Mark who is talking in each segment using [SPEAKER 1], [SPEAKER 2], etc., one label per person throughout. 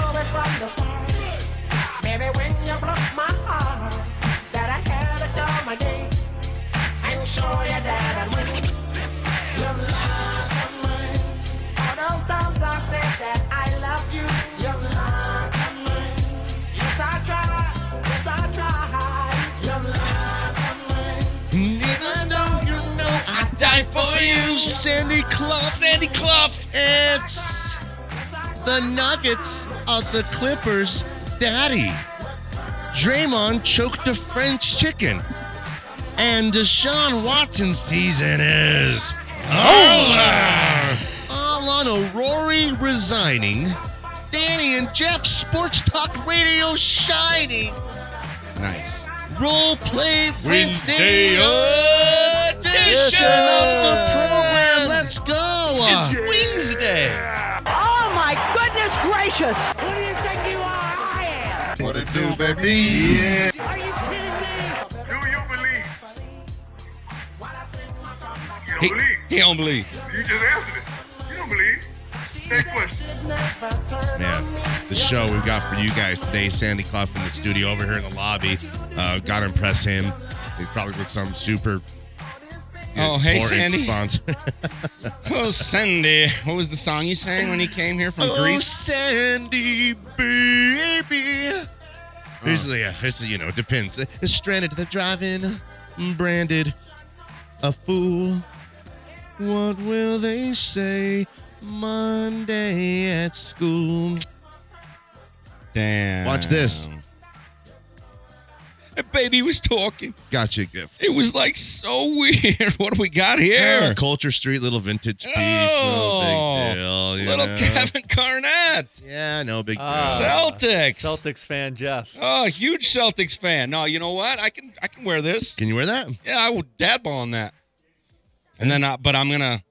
[SPEAKER 1] the start. Baby, when you broke my heart, that I had to come again and show you that I win. Your lies are mine. All those times I said that I love you, your lies are mine. Yes, I try. Yes, I try. Your lies are mine.
[SPEAKER 2] Neither know you know I die for you, Sandy Clough. Sandy Clough. It's
[SPEAKER 1] Yes, I try.
[SPEAKER 2] the Nuggets of the Clippers' daddy. Draymond choked a French chicken. And Deshaun Watson's season is over. All on a Rory resigning, Danny and Jeff Sports Talk Radio shining.
[SPEAKER 3] Nice.
[SPEAKER 2] Role Play
[SPEAKER 3] Wednesday
[SPEAKER 2] Wednesday edition of the program. Let's go.
[SPEAKER 3] Wednesday.
[SPEAKER 4] Oh my goodness gracious!
[SPEAKER 1] Who do you think you are? I am.
[SPEAKER 3] What it do, baby? Yeah.
[SPEAKER 1] Are you kidding me?
[SPEAKER 5] Do you believe?
[SPEAKER 1] While I sing my comeback
[SPEAKER 5] You
[SPEAKER 3] He,
[SPEAKER 5] don't believe.
[SPEAKER 3] he don't believe.
[SPEAKER 5] You just answered it. You don't believe. Next question.
[SPEAKER 3] Man, the show we've got for you guys today. Sandy Clough in the studio over here in the lobby. Uh, gotta impress him. He's probably with some super.
[SPEAKER 6] Oh, hey,
[SPEAKER 3] foreign
[SPEAKER 6] Sandy.
[SPEAKER 3] Sponsor.
[SPEAKER 6] Oh, Sandy. What was the song you sang when you came here from
[SPEAKER 2] Oh,
[SPEAKER 6] Greece?
[SPEAKER 2] Sandy, baby. Usually,
[SPEAKER 3] uh,
[SPEAKER 2] yeah, it's, you know, it depends. It's stranded to the driving, branded, a fool. What will they say Monday at school?
[SPEAKER 6] Damn.
[SPEAKER 2] Watch this.
[SPEAKER 6] That baby was talking.
[SPEAKER 2] Got you, gift.
[SPEAKER 6] It was like so weird. What do we got here?
[SPEAKER 2] Uh, Culture Street, little vintage piece, no
[SPEAKER 6] Oh,
[SPEAKER 2] big deal. you
[SPEAKER 6] Little
[SPEAKER 2] know?
[SPEAKER 6] Kevin Garnett.
[SPEAKER 2] Yeah, no big deal.
[SPEAKER 4] Ah.
[SPEAKER 6] Celtics.
[SPEAKER 4] Celtics fan Jeff.
[SPEAKER 6] Oh, huge Celtics fan. No, you know what? I can I can wear this.
[SPEAKER 2] Can you wear that?
[SPEAKER 6] Yeah, I will dab on that. And then, I, but I'm gonna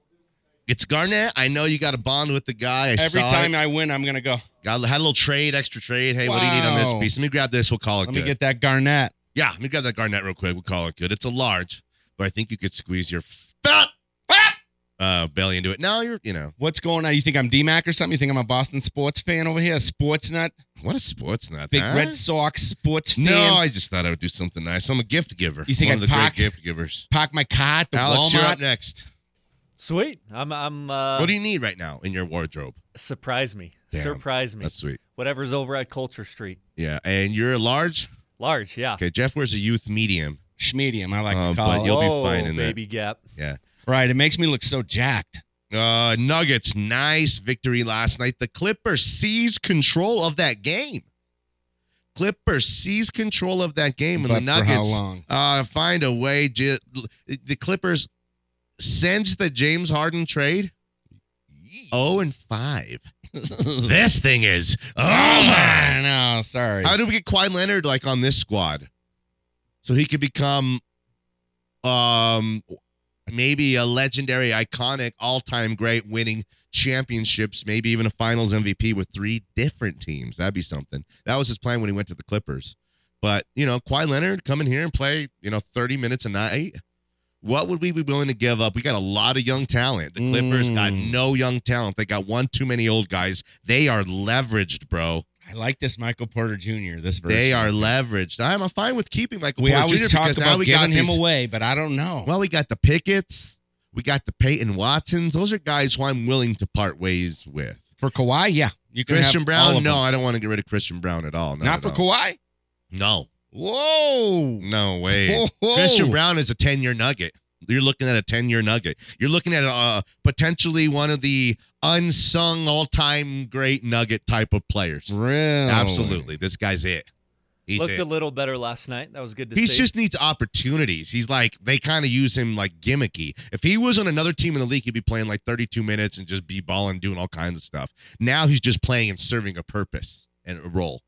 [SPEAKER 2] It's Garnett. I know you got a bond with the guy. I
[SPEAKER 6] every
[SPEAKER 2] saw
[SPEAKER 6] time
[SPEAKER 2] it.
[SPEAKER 6] I win, I'm gonna go.
[SPEAKER 2] Got had a little trade, extra trade. Hey, what do you need on this
[SPEAKER 6] Wow.
[SPEAKER 2] piece? Let me grab this. We'll call it
[SPEAKER 6] Let
[SPEAKER 2] good.
[SPEAKER 6] me get that Garnett.
[SPEAKER 2] yeah, let me grab that garnet real quick. We'll call it good. It's a large, but I think you could squeeze your fat
[SPEAKER 6] Ah!
[SPEAKER 2] uh, belly into it. Now you're, you know,
[SPEAKER 6] What's going on? You think I'm DMAC or something? You think I'm a Boston sports fan over here? A sports nut?
[SPEAKER 2] what a sports nut.
[SPEAKER 6] Big
[SPEAKER 2] huh?
[SPEAKER 6] Red Sox sports fan?
[SPEAKER 2] No, I just thought I would do something nice. I'm a gift giver.
[SPEAKER 6] You think
[SPEAKER 2] One
[SPEAKER 6] I'd
[SPEAKER 2] of the
[SPEAKER 6] pack?
[SPEAKER 2] great gift givers?
[SPEAKER 6] Park my car at the
[SPEAKER 2] Alex, you're up
[SPEAKER 6] Walmart.
[SPEAKER 2] next.
[SPEAKER 4] Sweet. I'm. I'm. Uh,
[SPEAKER 2] what do you need right now in your wardrobe?
[SPEAKER 4] surprise me.
[SPEAKER 2] Damn.
[SPEAKER 4] Surprise me.
[SPEAKER 2] That's sweet.
[SPEAKER 4] Whatever's over at Culture Street.
[SPEAKER 2] Yeah, and you're a large.
[SPEAKER 4] Large. Yeah.
[SPEAKER 2] Okay, Jeff wears a youth medium.
[SPEAKER 6] Schmedium, I like
[SPEAKER 2] Oh,
[SPEAKER 6] to
[SPEAKER 2] but
[SPEAKER 6] call it.
[SPEAKER 2] you'll be
[SPEAKER 4] Whoa,
[SPEAKER 2] fine in that.
[SPEAKER 4] baby gap.
[SPEAKER 2] Yeah.
[SPEAKER 6] Right, it makes me look so jacked.
[SPEAKER 2] Uh, Nuggets, nice victory last night. The Clippers seize control of that game. Clippers seize control of that game,
[SPEAKER 6] But
[SPEAKER 2] and the
[SPEAKER 6] for how
[SPEAKER 2] Nuggets
[SPEAKER 6] long?
[SPEAKER 2] Uh, find a way. J- the Clippers since the James Harden trade, zero and five. this thing is over.
[SPEAKER 6] no, sorry.
[SPEAKER 2] How do we get Kawhi Leonard like on this squad, so he could become, um, maybe a legendary, iconic, all-time great, winning championships, maybe even a Finals MVP with three different teams. That'd be something. That was his plan when he went to the Clippers. But you know, Kawhi Leonard come in here and play, you know, thirty minutes a night. What would we be willing to give up? We got a lot of young talent. The Clippers got
[SPEAKER 6] Mm.
[SPEAKER 2] no young talent. They got one too many old guys. They are leveraged, bro.
[SPEAKER 6] I like this Michael Porter Jr. This version.
[SPEAKER 2] They are leveraged. I'm I'm fine with keeping Michael
[SPEAKER 6] We
[SPEAKER 2] Porter
[SPEAKER 6] always
[SPEAKER 2] Jr.
[SPEAKER 6] talk
[SPEAKER 2] because now
[SPEAKER 6] about
[SPEAKER 2] we got
[SPEAKER 6] giving him
[SPEAKER 2] these-
[SPEAKER 6] away, but I don't know.
[SPEAKER 2] Well, we got the Pickets, we got the Peyton Watsons. Those are guys who I'm willing to part ways with.
[SPEAKER 6] for Kawhi, yeah, you can
[SPEAKER 2] Christian
[SPEAKER 6] have all
[SPEAKER 2] Brown?
[SPEAKER 6] of
[SPEAKER 2] No,
[SPEAKER 6] them.
[SPEAKER 2] I don't want to get rid of Christian Brown at all.
[SPEAKER 6] not for
[SPEAKER 2] at all.
[SPEAKER 6] Kawhi.
[SPEAKER 2] No,
[SPEAKER 6] Whoa,
[SPEAKER 2] no way.
[SPEAKER 6] Whoa.
[SPEAKER 2] Christian Brown is a 10 year nugget. You're looking at a 10 year nugget. You're looking at uh, potentially one of the unsung all time great nugget type of players.
[SPEAKER 6] Really?
[SPEAKER 2] Absolutely. This guy's it. He's
[SPEAKER 4] Looked
[SPEAKER 2] it.
[SPEAKER 4] a little better last night. That was good to
[SPEAKER 2] He
[SPEAKER 4] see.
[SPEAKER 2] just needs opportunities. He's like they kind of use him like gimmicky. If he was on another team in the league, he'd be playing like 32 minutes and just be balling, doing all kinds of stuff. Now he's just playing and serving a purpose and a role.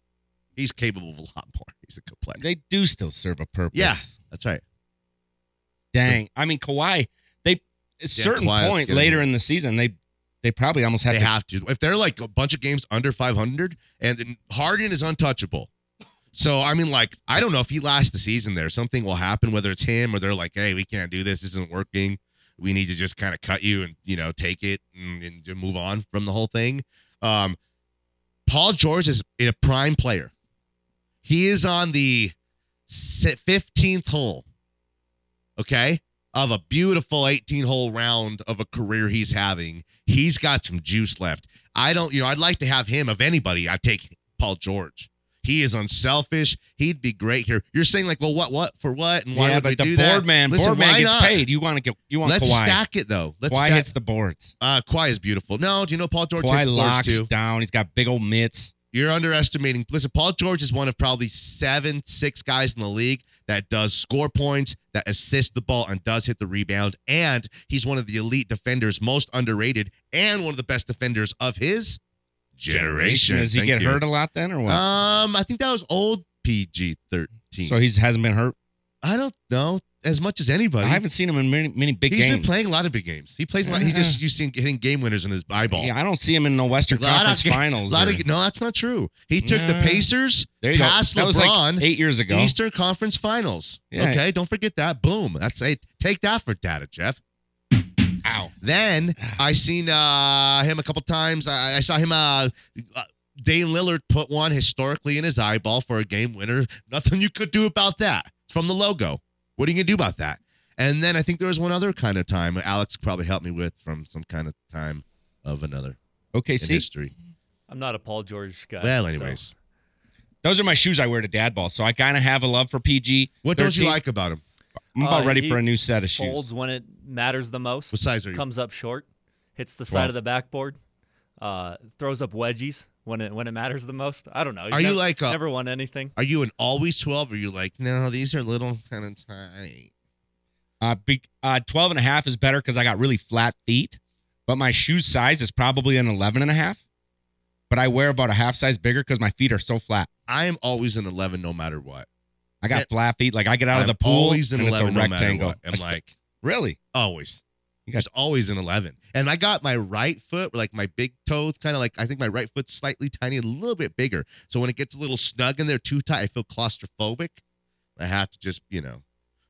[SPEAKER 2] He's capable of a lot more. He's a good player.
[SPEAKER 6] They do still serve a purpose.
[SPEAKER 2] Yeah. That's right.
[SPEAKER 6] Dang. I mean, Kawhi. They at a certain
[SPEAKER 2] Kawhi, that's
[SPEAKER 6] point
[SPEAKER 2] getting-
[SPEAKER 6] later in the season, they they probably almost had
[SPEAKER 2] they
[SPEAKER 6] to.
[SPEAKER 2] have to. If they're like a bunch of games under 500, and then Harden is untouchable. So I mean, like I don't know if he lasts the season there. Something will happen, whether it's him or they're like, hey, we can't do this. This isn't working. We need to just kind of cut you and you know take it and, and just move on from the whole thing. Um, Paul George is a prime player. He is on the si- 15th hole, okay, of a beautiful 18 hole round of a career he's having. He's got some juice left. I don't, you know, I'd like to have him. Of anybody, I'd take Paul George. He is unselfish. He'd be great here. You're saying like, well, what, what for what, and why
[SPEAKER 6] yeah,
[SPEAKER 2] would we
[SPEAKER 6] but
[SPEAKER 2] do
[SPEAKER 6] the
[SPEAKER 2] that?
[SPEAKER 6] board man,
[SPEAKER 2] Listen,
[SPEAKER 6] board man
[SPEAKER 2] why
[SPEAKER 6] gets
[SPEAKER 2] not?
[SPEAKER 6] paid. You want to get, you want
[SPEAKER 2] Let's
[SPEAKER 6] Kawhi.
[SPEAKER 2] stack it though. Let's
[SPEAKER 6] Kawhi
[SPEAKER 2] stack.
[SPEAKER 6] hits the boards.
[SPEAKER 2] uh, Kawhi is beautiful. No, do you know Paul George
[SPEAKER 6] Kawhi
[SPEAKER 2] hits the boards
[SPEAKER 6] locks
[SPEAKER 2] too?
[SPEAKER 6] down. He's got big old mitts.
[SPEAKER 2] You're underestimating. Listen, Paul George is one of probably seven, six guys in the league that does score points, that assists the ball, and does hit the rebound. And he's one of the elite defenders, most underrated, and one of the best defenders of his generation.
[SPEAKER 6] Does he
[SPEAKER 2] Thank
[SPEAKER 6] get
[SPEAKER 2] you.
[SPEAKER 6] hurt a lot then, or what?
[SPEAKER 2] Um, I think that was old PG thirteen.
[SPEAKER 6] so he hasn't been hurt.
[SPEAKER 2] I don't know as much as anybody.
[SPEAKER 6] I haven't seen him in many, many big
[SPEAKER 2] He's
[SPEAKER 6] games.
[SPEAKER 2] been playing a lot of big games. He plays. A lot, he
[SPEAKER 6] Yeah.
[SPEAKER 2] just you see hitting game winners in his eyeball.
[SPEAKER 6] Yeah, I don't see him in the Western
[SPEAKER 2] A lot of
[SPEAKER 6] Conference
[SPEAKER 2] ga-
[SPEAKER 6] Finals.
[SPEAKER 2] A lot
[SPEAKER 6] or-
[SPEAKER 2] of, no, that's not true. He took the
[SPEAKER 6] Nah.
[SPEAKER 2] Pacers
[SPEAKER 6] there you
[SPEAKER 2] past
[SPEAKER 6] go. That was
[SPEAKER 2] LeBron,
[SPEAKER 6] like eight years ago.
[SPEAKER 2] Eastern Conference Finals.
[SPEAKER 6] Yeah.
[SPEAKER 2] Okay, don't forget that. Boom. That's a take that for data, Jeff.
[SPEAKER 6] Ow.
[SPEAKER 2] Then I seen uh, him a couple times. I, I saw him. Uh, uh, Dane Lillard put one historically in his eyeball for a game winner. Nothing you could do about that. It's from the logo. What are you gonna do about that? And then I think there was one other kind of time. Alex probably helped me with from some kind of time of another
[SPEAKER 6] Okay,
[SPEAKER 2] in
[SPEAKER 6] see,
[SPEAKER 2] history.
[SPEAKER 4] I'm not a Paul George guy.
[SPEAKER 2] Well,
[SPEAKER 4] so-
[SPEAKER 2] anyways,
[SPEAKER 6] those are my shoes I wear to dad ball. So I kind of have a love for PG.
[SPEAKER 2] what don't you
[SPEAKER 6] 13.
[SPEAKER 2] like about him?
[SPEAKER 6] I'm about
[SPEAKER 4] Uh,
[SPEAKER 6] ready
[SPEAKER 4] he
[SPEAKER 6] for a new set of
[SPEAKER 4] Folds
[SPEAKER 6] shoes.
[SPEAKER 4] when it matters the most.
[SPEAKER 2] What size are you?
[SPEAKER 4] Comes up short. Hits the side
[SPEAKER 6] Wow.
[SPEAKER 4] of the backboard. Uh, throws up wedgies when it when it matters the most. I don't know.
[SPEAKER 2] Are you
[SPEAKER 4] never,
[SPEAKER 2] like uh, a-
[SPEAKER 4] never won anything?
[SPEAKER 2] Are you an always 12? Or are you like, no, these are little kind of tight?
[SPEAKER 6] Uh, be, uh, 12 and a half is better because I got really flat feet, but my shoe size is probably an 11 and a half. But I wear about a half size bigger because my feet are so flat.
[SPEAKER 2] I am always an 11 no matter what.
[SPEAKER 6] I got
[SPEAKER 2] Yeah.
[SPEAKER 6] flat feet. Like I get out
[SPEAKER 2] I'm
[SPEAKER 6] of the pool,
[SPEAKER 2] always an
[SPEAKER 6] and it's a
[SPEAKER 2] 11 no matter
[SPEAKER 6] rectangle.
[SPEAKER 2] what. I'm
[SPEAKER 6] I st-
[SPEAKER 2] like,
[SPEAKER 6] really?
[SPEAKER 2] always.
[SPEAKER 6] You
[SPEAKER 2] There's always an 11. And I got my right foot, like my big toe, kind of like, I think my right foot's slightly tiny, a little bit bigger. So when it gets a little snug in there, too tight, I feel claustrophobic. I have to just, you know.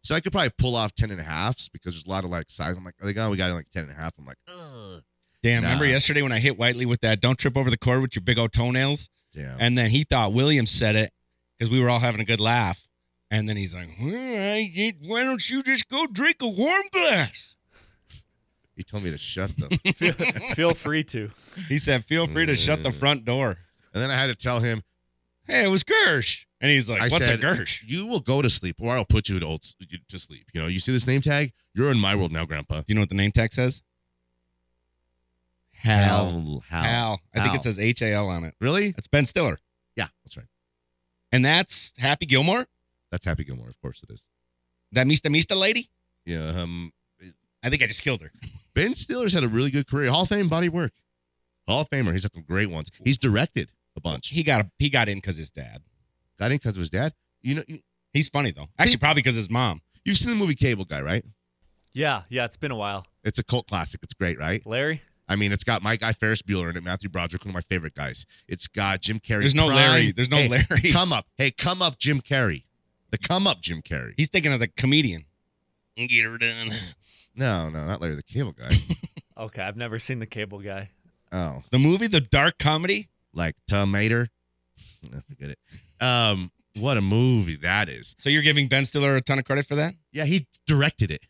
[SPEAKER 2] So I could probably pull off 10 and a halfs because there's a lot of like size. I'm like, oh, God, we got like 10 and a half. I'm like, ugh.
[SPEAKER 6] Damn!
[SPEAKER 2] Nah.
[SPEAKER 6] Remember yesterday when I hit Whiteley with that "Don't trip over the cord with your big old toenails"?
[SPEAKER 2] Damn.
[SPEAKER 6] And then he thought Williams said it because we were all having a good laugh. And then he's like, "Well, I get- why don't you just go drink a warm glass?
[SPEAKER 2] He told me to shut them.
[SPEAKER 4] feel, feel free to.
[SPEAKER 6] He said, feel free to shut
[SPEAKER 2] Mm.
[SPEAKER 6] the front door.
[SPEAKER 2] and then I had to tell him,
[SPEAKER 6] Hey, it was Gersh. And he's like,
[SPEAKER 2] I
[SPEAKER 6] what's
[SPEAKER 2] said,
[SPEAKER 6] a Gersh?
[SPEAKER 2] You will go to sleep, or I'll put you to, old, to sleep. You know, you see this name tag? You're in my world now, Grandpa.
[SPEAKER 6] Do you know what the name tag says? Hal.
[SPEAKER 2] Hal.
[SPEAKER 6] Hal. I think
[SPEAKER 2] Hal.
[SPEAKER 6] it says H-A-L on it.
[SPEAKER 2] Really?
[SPEAKER 6] That's Ben Stiller.
[SPEAKER 2] Yeah, that's right.
[SPEAKER 6] And that's Happy Gilmore?
[SPEAKER 2] That's Happy Gilmore, of course it is.
[SPEAKER 6] That Mista Mista lady?
[SPEAKER 2] Yeah. Um,
[SPEAKER 6] I think I just killed her.
[SPEAKER 2] ben Stiller's had a really good career. Hall of Fame body of work. Hall of Famer. He's had some great ones. He's directed a bunch.
[SPEAKER 6] He got he got in because his dad.
[SPEAKER 2] Got in because of his dad. You know, you,
[SPEAKER 6] He's funny though. Actually, probably because his mom.
[SPEAKER 2] you've seen the movie Cable Guy, right?
[SPEAKER 4] Yeah, yeah. It's been a while,
[SPEAKER 2] It's a cult classic. It's great, right?
[SPEAKER 4] Larry.
[SPEAKER 2] I mean, it's got my guy Ferris Bueller in it, Matthew Broderick, one of my favorite guys. It's got Jim Carrey.
[SPEAKER 6] There's no
[SPEAKER 2] Prime-
[SPEAKER 6] Larry. There's no
[SPEAKER 2] Hey,
[SPEAKER 6] Larry.
[SPEAKER 2] Come up. Hey, come up, Jim Carrey. The come up, Jim Carrey.
[SPEAKER 6] He's thinking of the comedian. Get her done.
[SPEAKER 2] No, no, not Larry the Cable Guy.
[SPEAKER 4] Okay, I've never seen the Cable Guy.
[SPEAKER 2] oh,
[SPEAKER 6] The movie, the dark comedy.
[SPEAKER 2] like Tomater. No, Forget it. Um, what a movie that is.
[SPEAKER 6] So you're giving Ben Stiller a ton of credit for that?
[SPEAKER 2] Yeah, he directed it.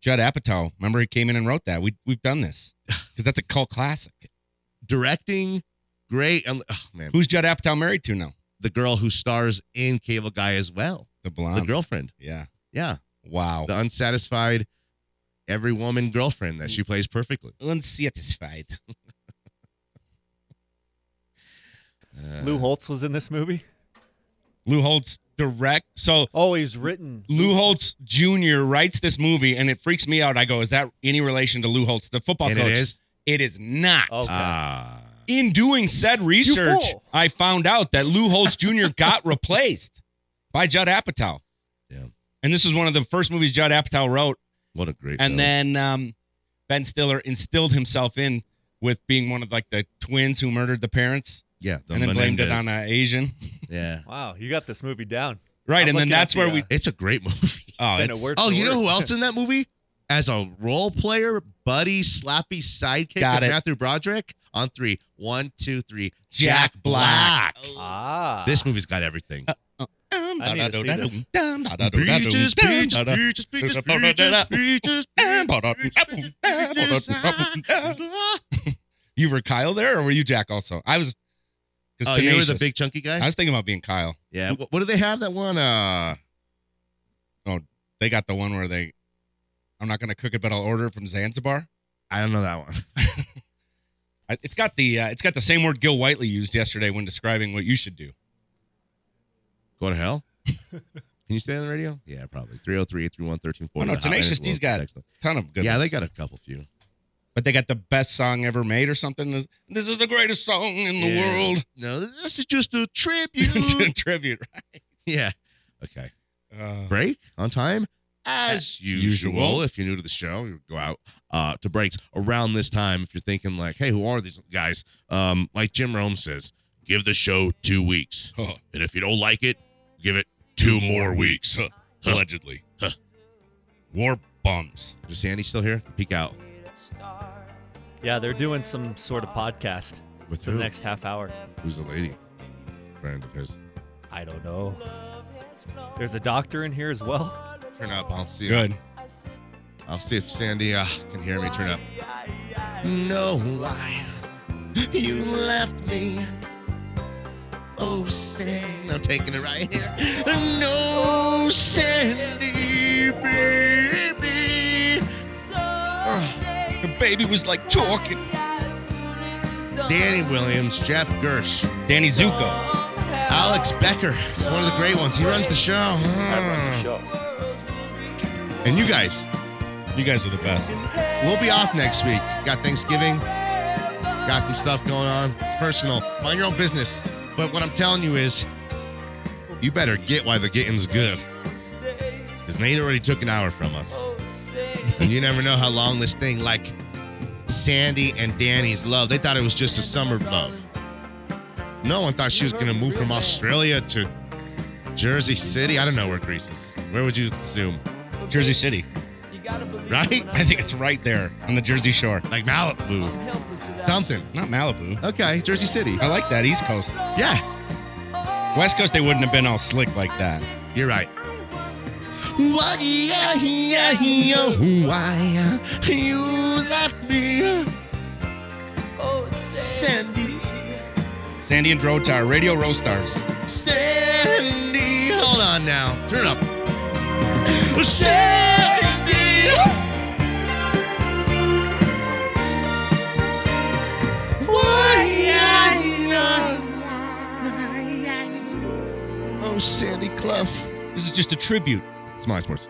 [SPEAKER 6] Judd Apatow. Remember he came in and wrote that. We we've done this because that's a cult classic.
[SPEAKER 2] Directing, great. And oh man,
[SPEAKER 6] Who's Judd Apatow married to now?
[SPEAKER 2] the girl who stars in Cable Guy as well,
[SPEAKER 6] The
[SPEAKER 2] the
[SPEAKER 6] blonde.
[SPEAKER 2] girlfriend.
[SPEAKER 6] Yeah.
[SPEAKER 2] Yeah,
[SPEAKER 6] Wow.
[SPEAKER 2] the unsatisfied every woman girlfriend that she plays perfectly.
[SPEAKER 6] Let's see it this fight.
[SPEAKER 2] Uh,
[SPEAKER 4] Lou Holtz was in this movie.
[SPEAKER 6] Lou Holtz direct. So
[SPEAKER 4] Oh, he's written.
[SPEAKER 6] Lou Holtz Jr. writes this movie, and it freaks me out. I go, is that any relation to Lou Holtz, the football
[SPEAKER 2] and
[SPEAKER 6] coach?
[SPEAKER 2] it is.
[SPEAKER 6] It is not.
[SPEAKER 4] Okay.
[SPEAKER 2] Ah,
[SPEAKER 6] In doing said research,
[SPEAKER 4] fool.
[SPEAKER 6] I found out that Lou Holtz Jr. got replaced by Judd Apatow.
[SPEAKER 2] Yeah.
[SPEAKER 6] And this is one of the first movies Judd Apatow wrote.
[SPEAKER 2] what a great.
[SPEAKER 6] And
[SPEAKER 2] film.
[SPEAKER 6] then um, Ben Stiller instilled himself in with being one of like the twins who murdered the parents
[SPEAKER 2] yeah, the
[SPEAKER 6] and then blamed it on
[SPEAKER 2] Menendez.
[SPEAKER 6] an Asian.
[SPEAKER 2] Yeah,
[SPEAKER 4] Wow, you got this movie down.
[SPEAKER 6] Right.
[SPEAKER 4] I'm
[SPEAKER 6] and then
[SPEAKER 4] looking at
[SPEAKER 6] that's where
[SPEAKER 4] the,
[SPEAKER 6] we.
[SPEAKER 4] uh,
[SPEAKER 2] it's a great movie.
[SPEAKER 6] Oh,
[SPEAKER 4] Send it
[SPEAKER 6] it's-
[SPEAKER 4] word
[SPEAKER 2] Oh,
[SPEAKER 4] for
[SPEAKER 2] you know
[SPEAKER 4] word.
[SPEAKER 2] who else in that movie? As a role player, buddy, slappy sidekick
[SPEAKER 6] Got
[SPEAKER 2] of
[SPEAKER 6] it.
[SPEAKER 2] Matthew Broderick? on three. One, two, three.
[SPEAKER 6] Jack Black.
[SPEAKER 4] Ah.
[SPEAKER 2] This movie's got everything.
[SPEAKER 4] I need to see
[SPEAKER 2] Peaches,
[SPEAKER 4] this.
[SPEAKER 2] peaches, peaches, peaches, peaches, peaches,
[SPEAKER 6] You were Kyle there, or were you Jack also? I was. 'cause
[SPEAKER 2] Oh, you were the
[SPEAKER 6] Tenacious.
[SPEAKER 2] big chunky
[SPEAKER 6] I
[SPEAKER 2] guy.
[SPEAKER 6] was thinking about being Kyle.
[SPEAKER 2] Yeah. What, what do they have? That one. Uh,
[SPEAKER 6] They got the one where they. I'm not gonna cook it, but I'll order it from Zanzibar.
[SPEAKER 2] I don't know that one.
[SPEAKER 6] I- It's got the uh, it's got the same word Gil Whiteley used yesterday when describing what you should do.
[SPEAKER 2] Go to hell. Can you stay on the radio? Yeah, probably. 303 831
[SPEAKER 6] Oh, no, Tenacious D's got Ton of good.
[SPEAKER 2] Yeah,
[SPEAKER 6] ones.
[SPEAKER 2] they got a couple few.
[SPEAKER 6] but they got the best song ever made or something. This- This is the greatest song in the
[SPEAKER 2] Yeah.
[SPEAKER 6] world.
[SPEAKER 2] No, this is just a tribute.
[SPEAKER 6] Tribute.
[SPEAKER 2] yeah. Okay.
[SPEAKER 6] Uh,
[SPEAKER 2] break on time as usual.
[SPEAKER 6] usual.
[SPEAKER 2] If you're new to the show, you go out uh, to breaks around this time. If you're thinking like, "Hey, who are these guys?" Um, like Jim Rome says, give the show two weeks,
[SPEAKER 6] huh,
[SPEAKER 2] and if you don't like it, give it two more weeks.
[SPEAKER 6] Huh. allegedly. War bums.
[SPEAKER 2] Is Sandy still here? Peek out
[SPEAKER 4] Yeah, they're doing some sort of podcast
[SPEAKER 2] with
[SPEAKER 4] for
[SPEAKER 2] who?
[SPEAKER 4] the next half hour.
[SPEAKER 2] Who's the lady? Friend of his.
[SPEAKER 4] I don't know. There's a doctor in here as well.
[SPEAKER 2] Turn up. I'll see.
[SPEAKER 6] Good.
[SPEAKER 2] I'll see if Sandy uh, can hear me. Turn up. No why you left me. Oh, Sandy. I'm taking it right here. No, Sandy, baby. Ugh.
[SPEAKER 6] The baby was like talking.
[SPEAKER 2] Danny Williams, Jeff Gersh,
[SPEAKER 6] Danny Zuko.
[SPEAKER 2] Alex Becker is one of the great ones. He runs the show. Hmm. And you guys,
[SPEAKER 6] You guys are the best.
[SPEAKER 2] We'll be off next week. Got Thanksgiving. Got some stuff going on. It's personal. Mind your own business. But what I'm telling you is, you better get why the getting's good. Because Nate already took an hour from us. And you never know how long this thing, like Sandy and Danny's love, they thought it was just a summer love. No one thought she was going to move from Australia to Jersey City. I don't know where Greece is. Where would you zoom?
[SPEAKER 6] Jersey City.
[SPEAKER 2] Right?
[SPEAKER 6] I think it's right there on the Jersey Shore.
[SPEAKER 2] Like Malibu. Something.
[SPEAKER 6] Not Malibu.
[SPEAKER 2] Okay, Jersey City.
[SPEAKER 6] I like that East Coast.
[SPEAKER 2] Yeah,
[SPEAKER 6] West Coast, they wouldn't have been all slick like that.
[SPEAKER 2] you're right. Why, yeah, yeah, yeah, why you left me, Sandy,
[SPEAKER 6] Sandy and Drotar, Radio Roastars.
[SPEAKER 2] Sandy. Hold on now. Turn it up. Sandy. Why, yeah, yeah, why? Oh, Sandy Clough.
[SPEAKER 6] This is just a tribute.
[SPEAKER 2] It's my sports.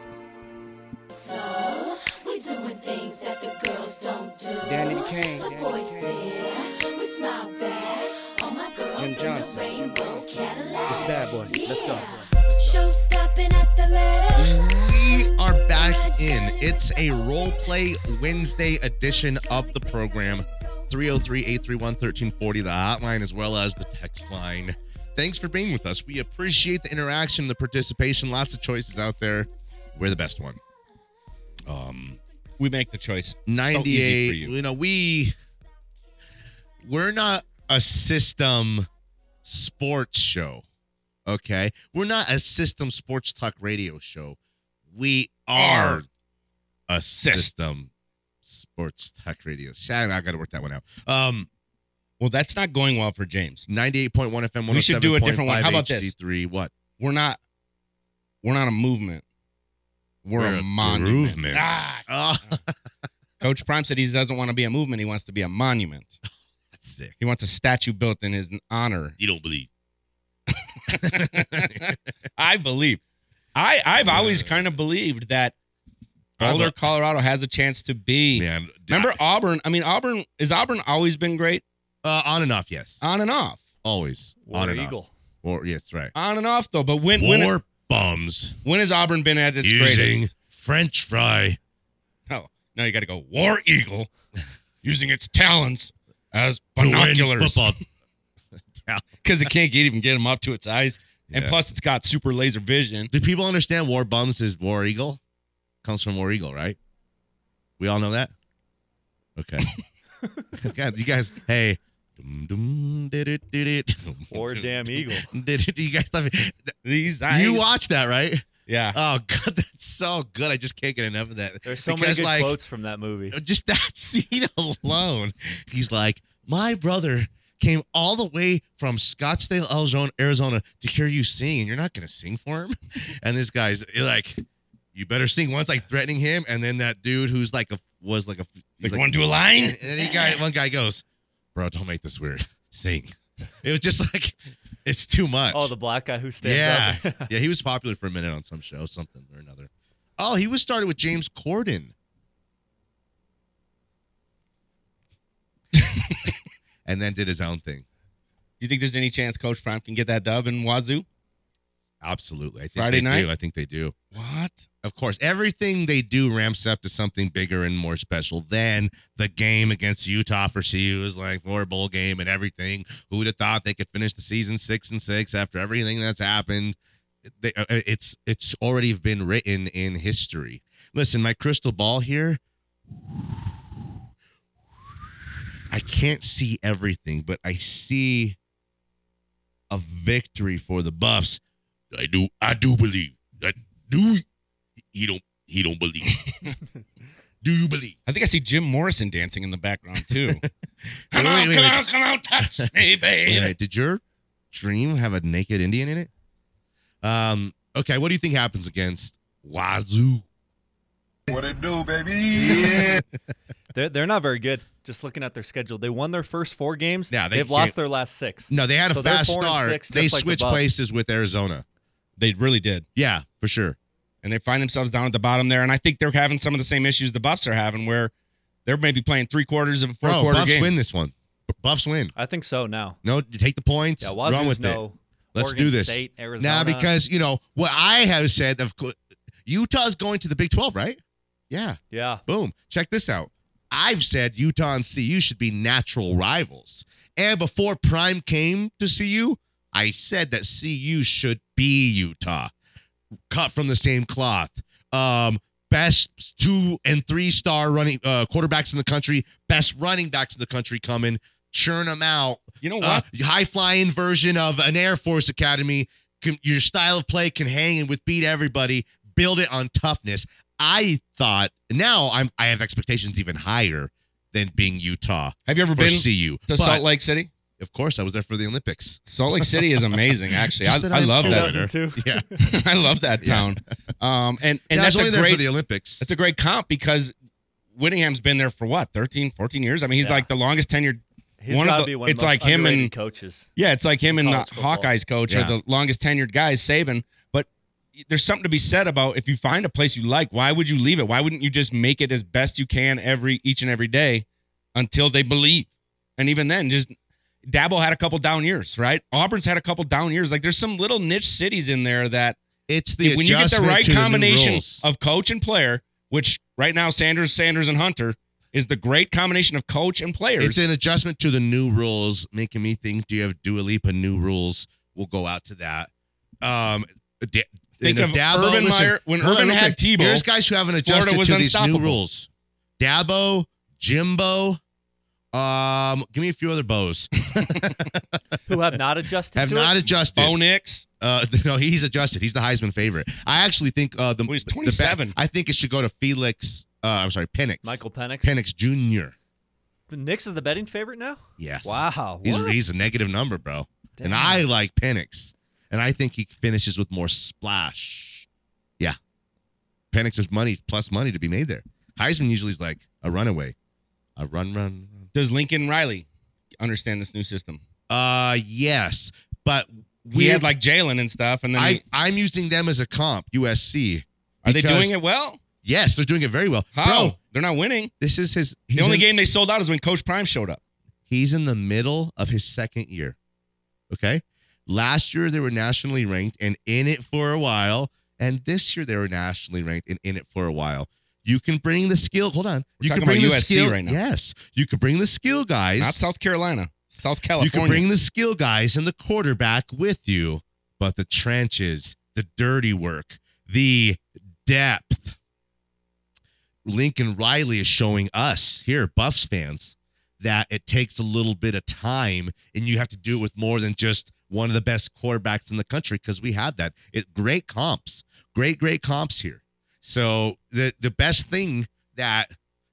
[SPEAKER 7] So, we doing things that the girls don't do.
[SPEAKER 8] Danny Kane.
[SPEAKER 7] The boys stare, we smile back. All my girls
[SPEAKER 8] Jim
[SPEAKER 7] in
[SPEAKER 8] Johnson.
[SPEAKER 7] the rainbow Cadillac.
[SPEAKER 8] This bad boy. Let's go.
[SPEAKER 7] Yeah. Show stopping at the letter.
[SPEAKER 2] We are back in. It's a role play Wednesday edition of the program. 303 831 1340, the hotline, as well as the text line. Thanks for being with us. We appreciate the interaction, the participation. Lots of choices out there. We're the best one. Um,
[SPEAKER 6] We make the choice. So easy for
[SPEAKER 2] 98
[SPEAKER 6] you.
[SPEAKER 2] you know we we're not a system sports show okay we're not a system sports talk radio show we are a system sports talk radio show i gotta work that one out um
[SPEAKER 6] Well, that's not going well for James.
[SPEAKER 2] 98.1 fm 107.5
[SPEAKER 6] We should do a different one. How about this?
[SPEAKER 2] HD3, what
[SPEAKER 6] We're not. We're not a movement. We're, a, monument.
[SPEAKER 2] groovement.
[SPEAKER 6] Ah,
[SPEAKER 2] oh
[SPEAKER 6] Coach Prime said he doesn't want to be a movement. He wants to be a monument.
[SPEAKER 2] that's sick
[SPEAKER 6] He wants a statue built in his honor.
[SPEAKER 2] you don't believe
[SPEAKER 6] I believe. I I've always kind of believed that
[SPEAKER 2] I
[SPEAKER 6] Boulder,
[SPEAKER 2] love-
[SPEAKER 6] Colorado, has a chance to be.
[SPEAKER 2] man
[SPEAKER 6] Remember Auburn? I mean, Auburn is Auburn always been great
[SPEAKER 2] uh, on and off yes
[SPEAKER 6] on and off,
[SPEAKER 2] always
[SPEAKER 4] War
[SPEAKER 2] on and
[SPEAKER 4] Eagle.
[SPEAKER 2] off War, yes right
[SPEAKER 6] on and off though. But when when
[SPEAKER 2] War bums
[SPEAKER 6] when has Auburn been at its
[SPEAKER 2] using
[SPEAKER 6] greatest?
[SPEAKER 2] French fry.
[SPEAKER 6] No, no, you got to go War Eagle, using its talons as
[SPEAKER 2] to win
[SPEAKER 6] binoculars
[SPEAKER 2] football.
[SPEAKER 6] because it can't get, even get them up to its eyes, and
[SPEAKER 2] Yeah.
[SPEAKER 6] plus it's got super laser vision.
[SPEAKER 2] Do people understand War Bums is War Eagle? Comes from War Eagle, right? We all know that? Okay. God, you guys, hey. Dum, dum, did-it, did-it.
[SPEAKER 4] Or damn eagle.
[SPEAKER 2] Did-it, you guys love it.
[SPEAKER 6] These eyes.
[SPEAKER 2] You watch that, right?
[SPEAKER 6] Yeah.
[SPEAKER 2] Oh God, that's so good. I just can't get enough of that.
[SPEAKER 4] There's so many
[SPEAKER 2] Because,
[SPEAKER 4] good
[SPEAKER 2] like,
[SPEAKER 4] quotes from that movie.
[SPEAKER 2] Just that scene alone. He's like, my brother came all the way from Scottsdale, Arizona, Arizona to hear you sing, and you're not gonna sing for him. And this guy's like, you better sing once, like threatening him, and then that dude who's like a was like a he's
[SPEAKER 6] Like, want to do a line?
[SPEAKER 2] and then he guy one guy goes, bro, don't make this weird. Sing. It was just like, it's too much.
[SPEAKER 4] Oh, the black guy who
[SPEAKER 2] Yeah.
[SPEAKER 4] stands up.
[SPEAKER 2] yeah, he was popular for a minute on some show, something or another. Oh, he was started with James Corden. and then did his own thing.
[SPEAKER 6] Do you think there's any chance Coach Prime can get that dub in Wazoo?
[SPEAKER 2] Absolutely. I think
[SPEAKER 6] Friday
[SPEAKER 2] they
[SPEAKER 6] night?
[SPEAKER 2] do. I think they do.
[SPEAKER 6] What?
[SPEAKER 2] Of course, everything they do ramps up to something bigger and more special than the game against Utah for CU is like four bowl game and everything. Who would have thought they could finish the season six and six after everything that's happened? They, uh, it's it's already been written in history. Listen, my crystal ball here. I can't see everything, but I see a victory for the Buffs. I do I do believe. I do he don't he don't believe. Do you believe?
[SPEAKER 6] I think I see Jim Morrison dancing in the background too. come
[SPEAKER 2] Wait,
[SPEAKER 6] on,
[SPEAKER 2] wait, wait.
[SPEAKER 6] come on, come on, touch me,
[SPEAKER 2] Wait a
[SPEAKER 6] babe.
[SPEAKER 2] minute, did your dream have a naked Indian in it? Um. Okay. What do you think happens against Wazoo?
[SPEAKER 5] What it do, baby? Yeah.
[SPEAKER 4] They're, they're not very good. Just looking at their schedule, they won their first four games.
[SPEAKER 2] Yeah, they
[SPEAKER 4] have lost
[SPEAKER 2] can't-
[SPEAKER 4] their last six.
[SPEAKER 2] No, they had a
[SPEAKER 4] So they're
[SPEAKER 2] fast
[SPEAKER 4] four and
[SPEAKER 2] start.
[SPEAKER 4] six, just
[SPEAKER 2] they
[SPEAKER 4] like the
[SPEAKER 2] switched
[SPEAKER 4] Buffs.
[SPEAKER 2] places with Arizona.
[SPEAKER 6] They really did,
[SPEAKER 2] Yeah, for sure.
[SPEAKER 6] and they find themselves down at the bottom there. And I think they're having some of the same issues the Buffs are having, where they're maybe playing three quarters of a four
[SPEAKER 2] Bro,
[SPEAKER 6] quarter
[SPEAKER 2] Oh, Buffs
[SPEAKER 6] game.
[SPEAKER 2] win this one. B- Buffs win.
[SPEAKER 4] I think so now.
[SPEAKER 2] No, you take the points.
[SPEAKER 4] Yeah,
[SPEAKER 2] run
[SPEAKER 4] Wazoo's
[SPEAKER 2] with
[SPEAKER 4] no.
[SPEAKER 2] it. Let's
[SPEAKER 4] Oregon
[SPEAKER 2] do this.
[SPEAKER 4] State, Arizona.
[SPEAKER 2] Now, because you know what I have said. Of course, Utah's going to the Big Twelve, right? Yeah.
[SPEAKER 4] yeah,
[SPEAKER 2] Boom. Check this out. I've said Utah and CU should be natural rivals. And before Prime came to CU, I said that CU should be Utah, cut from the same cloth. Um, best two and three star running uh, quarterbacks in the country, best running backs in the country coming, churn them out.
[SPEAKER 6] You know what?
[SPEAKER 2] Uh, high flying version of an Air Force Academy. Can, your style of play can hang and with beat everybody. Build it on toughness. I thought now I'm I have expectations even higher than being Utah
[SPEAKER 6] Have you ever
[SPEAKER 2] or
[SPEAKER 6] been to
[SPEAKER 2] CU. But,
[SPEAKER 6] Salt Lake City?
[SPEAKER 2] Of course, I was there for the Olympics.
[SPEAKER 6] Salt Lake City is amazing, actually. I,
[SPEAKER 2] Just that
[SPEAKER 6] I
[SPEAKER 2] I'm
[SPEAKER 6] love that.
[SPEAKER 4] 2002.
[SPEAKER 2] Yeah,
[SPEAKER 6] I love that town. Um, and and
[SPEAKER 2] Yeah, I was
[SPEAKER 6] that's
[SPEAKER 2] only
[SPEAKER 6] a
[SPEAKER 2] there
[SPEAKER 6] great
[SPEAKER 2] for the Olympics.
[SPEAKER 6] It's a great comp because Whittingham's been there for what, 13, 14 years? I mean, he's
[SPEAKER 4] Yeah.
[SPEAKER 6] like the longest tenured.
[SPEAKER 4] He's
[SPEAKER 6] One of
[SPEAKER 4] got
[SPEAKER 6] the-
[SPEAKER 4] to be one of
[SPEAKER 6] it's
[SPEAKER 4] the most
[SPEAKER 6] like him and-
[SPEAKER 4] underrated coaches.
[SPEAKER 6] Yeah, it's like him and the
[SPEAKER 4] College football.
[SPEAKER 6] Hawkeyes coach
[SPEAKER 2] Yeah.
[SPEAKER 6] are the longest tenured guys, Saban. But there's something to be said about if you find a place you like, why would you leave it? Why wouldn't you just make it as best you can every each and every day until they believe? And even then, just Dabble had a couple down years, right? Auburn's had a couple down years. Like there's some little niche cities in there that
[SPEAKER 2] It's the
[SPEAKER 6] when you get the
[SPEAKER 2] adjustment
[SPEAKER 6] right
[SPEAKER 2] to new
[SPEAKER 6] combination
[SPEAKER 2] rules.
[SPEAKER 6] of coach and player, which right now Sanders, Sanders, and Hunter is the great combination of coach and players.
[SPEAKER 2] It's an adjustment to the new rules, making me think. Do you have Dua Lipa new rules? We'll go out to that. Um, da-
[SPEAKER 6] Think
[SPEAKER 2] and
[SPEAKER 6] of
[SPEAKER 2] Dabo-
[SPEAKER 6] Urban
[SPEAKER 2] listen,
[SPEAKER 6] Meyer- when
[SPEAKER 2] hold
[SPEAKER 6] Urban
[SPEAKER 2] listen.
[SPEAKER 6] had Tebow,
[SPEAKER 2] There's guys who haven't adjusted
[SPEAKER 6] was
[SPEAKER 2] to these new
[SPEAKER 6] unstoppable.
[SPEAKER 2] rules. Dabo, Jimbo, um, give me a few other bows.
[SPEAKER 4] Who have not adjusted
[SPEAKER 2] Have
[SPEAKER 4] to
[SPEAKER 2] not
[SPEAKER 4] it.
[SPEAKER 2] adjusted.
[SPEAKER 6] Bo Nix.
[SPEAKER 2] Uh, no, he's adjusted. He's the Heisman favorite. I actually think uh, the
[SPEAKER 6] Well, he's
[SPEAKER 2] the ba-
[SPEAKER 6] 27.
[SPEAKER 2] I think it should go to Felix. Uh, I'm sorry, Penix.
[SPEAKER 4] Michael Penix.
[SPEAKER 2] Penix Jr.
[SPEAKER 4] Nix is the betting favorite now.
[SPEAKER 2] Yes.
[SPEAKER 4] Wow,
[SPEAKER 2] He's,
[SPEAKER 4] what?
[SPEAKER 2] he's a negative number, bro.
[SPEAKER 4] Damn.
[SPEAKER 2] And I like Penix. And I think he finishes with more splash. Yeah. Penix, there's money, plus money to be made there. Heisman usually is like a runaway. A run, run, run.
[SPEAKER 6] Does Lincoln Riley understand this new system?
[SPEAKER 2] Uh, yes. But
[SPEAKER 6] We
[SPEAKER 2] we
[SPEAKER 6] had like Jalen and stuff, and then
[SPEAKER 2] I,
[SPEAKER 6] he-
[SPEAKER 2] I'm using them as a comp, USC.
[SPEAKER 6] are they
[SPEAKER 2] because-
[SPEAKER 6] doing it well?
[SPEAKER 2] Yes, they're doing it very well.
[SPEAKER 6] How
[SPEAKER 2] Bro,
[SPEAKER 6] they're not winning.
[SPEAKER 2] this is his.
[SPEAKER 6] The
[SPEAKER 2] he's
[SPEAKER 6] only
[SPEAKER 2] in-
[SPEAKER 6] game they sold out is when Coach Prime showed up.
[SPEAKER 2] He's in the middle of his second year. Okay. Last year they were nationally ranked and in it for a while. And this year they were nationally ranked and in it for a while. You can bring the skill. Hold on. you can
[SPEAKER 6] talking
[SPEAKER 2] bring
[SPEAKER 6] about
[SPEAKER 2] the
[SPEAKER 6] USC
[SPEAKER 2] skill.
[SPEAKER 6] right now.
[SPEAKER 2] Yes. You can bring the skill guys.
[SPEAKER 6] Not South Carolina, South
[SPEAKER 2] you
[SPEAKER 6] California.
[SPEAKER 2] can bring the skill guys and the quarterback with you, but the trenches, the dirty work, the depth. Lincoln Riley is showing us here, Buffs fans, that it takes a little bit of time and you have to do it with more than just one of the best quarterbacks in the country because we have that. It, great comps, great, great comps here. So the, the best thing that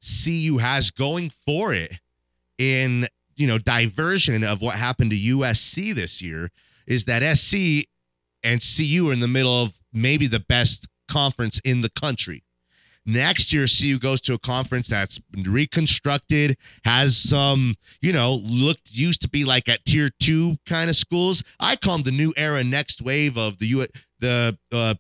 [SPEAKER 2] CU has going for it in, you know, diversion of what happened to USC this year is that SC and CU are in the middle of maybe the best conference in the country. Next year, CU goes to a conference that's been reconstructed, has some, you know, looked used to be like at tier two kind of schools. I call them the new era, next wave of the U, the uh,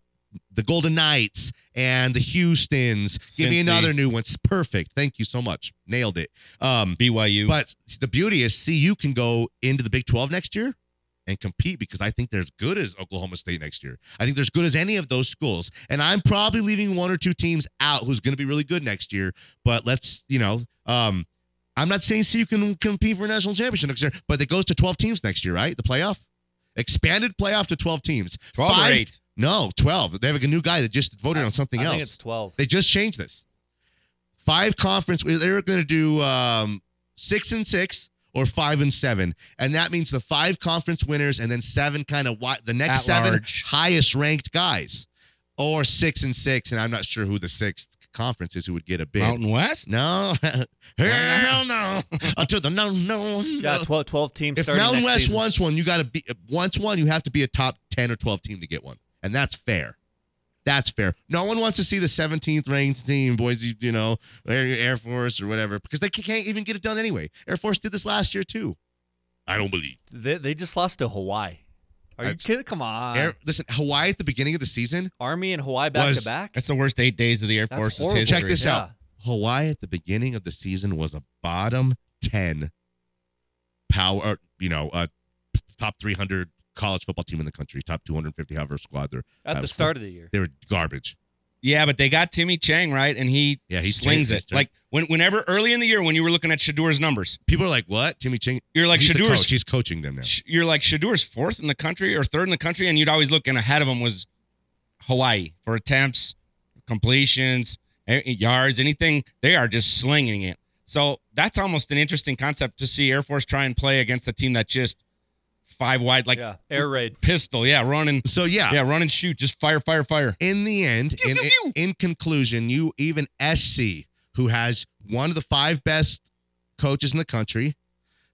[SPEAKER 2] the Golden Knights and the Houston's. Give me
[SPEAKER 6] Cincy.
[SPEAKER 2] another new one. It's perfect. Thank you so much. Nailed it. Um,
[SPEAKER 6] BYU.
[SPEAKER 2] but the beauty is CU can go into the Big 12 next year and compete because I think they're as good as Oklahoma State next year. I think they're as good as any of those schools. And I'm probably leaving one or two teams out who's going to be really good next year. But let's, you know, um, I'm not saying CU can compete for a national championship next year, but it goes to 12 teams next year, right? The playoff. Expanded playoff to 12 teams.
[SPEAKER 6] 12
[SPEAKER 2] Five-
[SPEAKER 6] or 8.
[SPEAKER 2] No, 12. They have a new guy that just voted on something
[SPEAKER 4] I
[SPEAKER 2] else.
[SPEAKER 4] think it's 12.
[SPEAKER 2] They just changed this. Five conference. They're going to do um, six and six or five and seven, and that means the five conference winners and then seven kind of wi- the next
[SPEAKER 6] At
[SPEAKER 2] seven
[SPEAKER 6] large.
[SPEAKER 2] highest ranked guys, or six and six, and I'm not sure who the sixth conference is who would get a bid.
[SPEAKER 6] Mountain West?
[SPEAKER 2] No, hell no. Uh, to the no, no, no.
[SPEAKER 4] Yeah, 12, 12 teams
[SPEAKER 2] if
[SPEAKER 4] starting
[SPEAKER 2] Mountain
[SPEAKER 4] next
[SPEAKER 2] West
[SPEAKER 4] season.
[SPEAKER 2] wants one, you got to be once one. You have to be a top ten or twelve team to get one, and that's fair. That's fair. No one wants to see the 17th ranked team, Boise, you know, Air Air Force or whatever, because they can't even get it done anyway. Air Force did this last year too.
[SPEAKER 3] I don't believe.
[SPEAKER 4] They, they just lost to Hawaii. Are you
[SPEAKER 2] That's-
[SPEAKER 4] kidding? Come on.
[SPEAKER 2] Air, listen, Hawaii at the beginning of the season,
[SPEAKER 4] Army and Hawaii back
[SPEAKER 2] Was-
[SPEAKER 4] to back.
[SPEAKER 6] That's the worst eight days of the Air
[SPEAKER 4] That's
[SPEAKER 6] Force's
[SPEAKER 4] horrible.
[SPEAKER 6] history.
[SPEAKER 2] check this
[SPEAKER 4] Yeah.
[SPEAKER 2] out. Hawaii at the beginning of the season was a bottom 10 power, or, you know, uh, top 300 college football team in the country, top 250 however squad. They're,
[SPEAKER 4] At the
[SPEAKER 2] was-
[SPEAKER 4] start of the year.
[SPEAKER 2] they were garbage.
[SPEAKER 6] Yeah, but they got Timmy Chang right, and he
[SPEAKER 2] Yeah, he
[SPEAKER 6] swings
[SPEAKER 2] changed
[SPEAKER 6] it.
[SPEAKER 2] his turn.
[SPEAKER 6] Like when, whenever early in the year when you were looking at Shadur's numbers,
[SPEAKER 2] People are like, what? Timmy Ching.
[SPEAKER 6] you're like
[SPEAKER 2] he's the
[SPEAKER 6] Shadur's
[SPEAKER 2] coach. He's coaching them now.
[SPEAKER 6] Sh- you're like Shadur's fourth in the country or third in the country, and you'd always look and ahead of him was Hawaii for attempts, completions, a- yards, anything. They are just slinging it. So that's almost an interesting concept to see Air Force try and play against a team that just five wide, like
[SPEAKER 4] yeah. Air raid.
[SPEAKER 6] pistol. Yeah, running.
[SPEAKER 2] So, yeah.
[SPEAKER 6] Yeah, run and shoot. Just fire, fire, fire.
[SPEAKER 2] in the end,
[SPEAKER 6] Pew,
[SPEAKER 2] in,
[SPEAKER 6] pew, pew.
[SPEAKER 2] in conclusion, you even SC, who has one of the five best coaches in the country,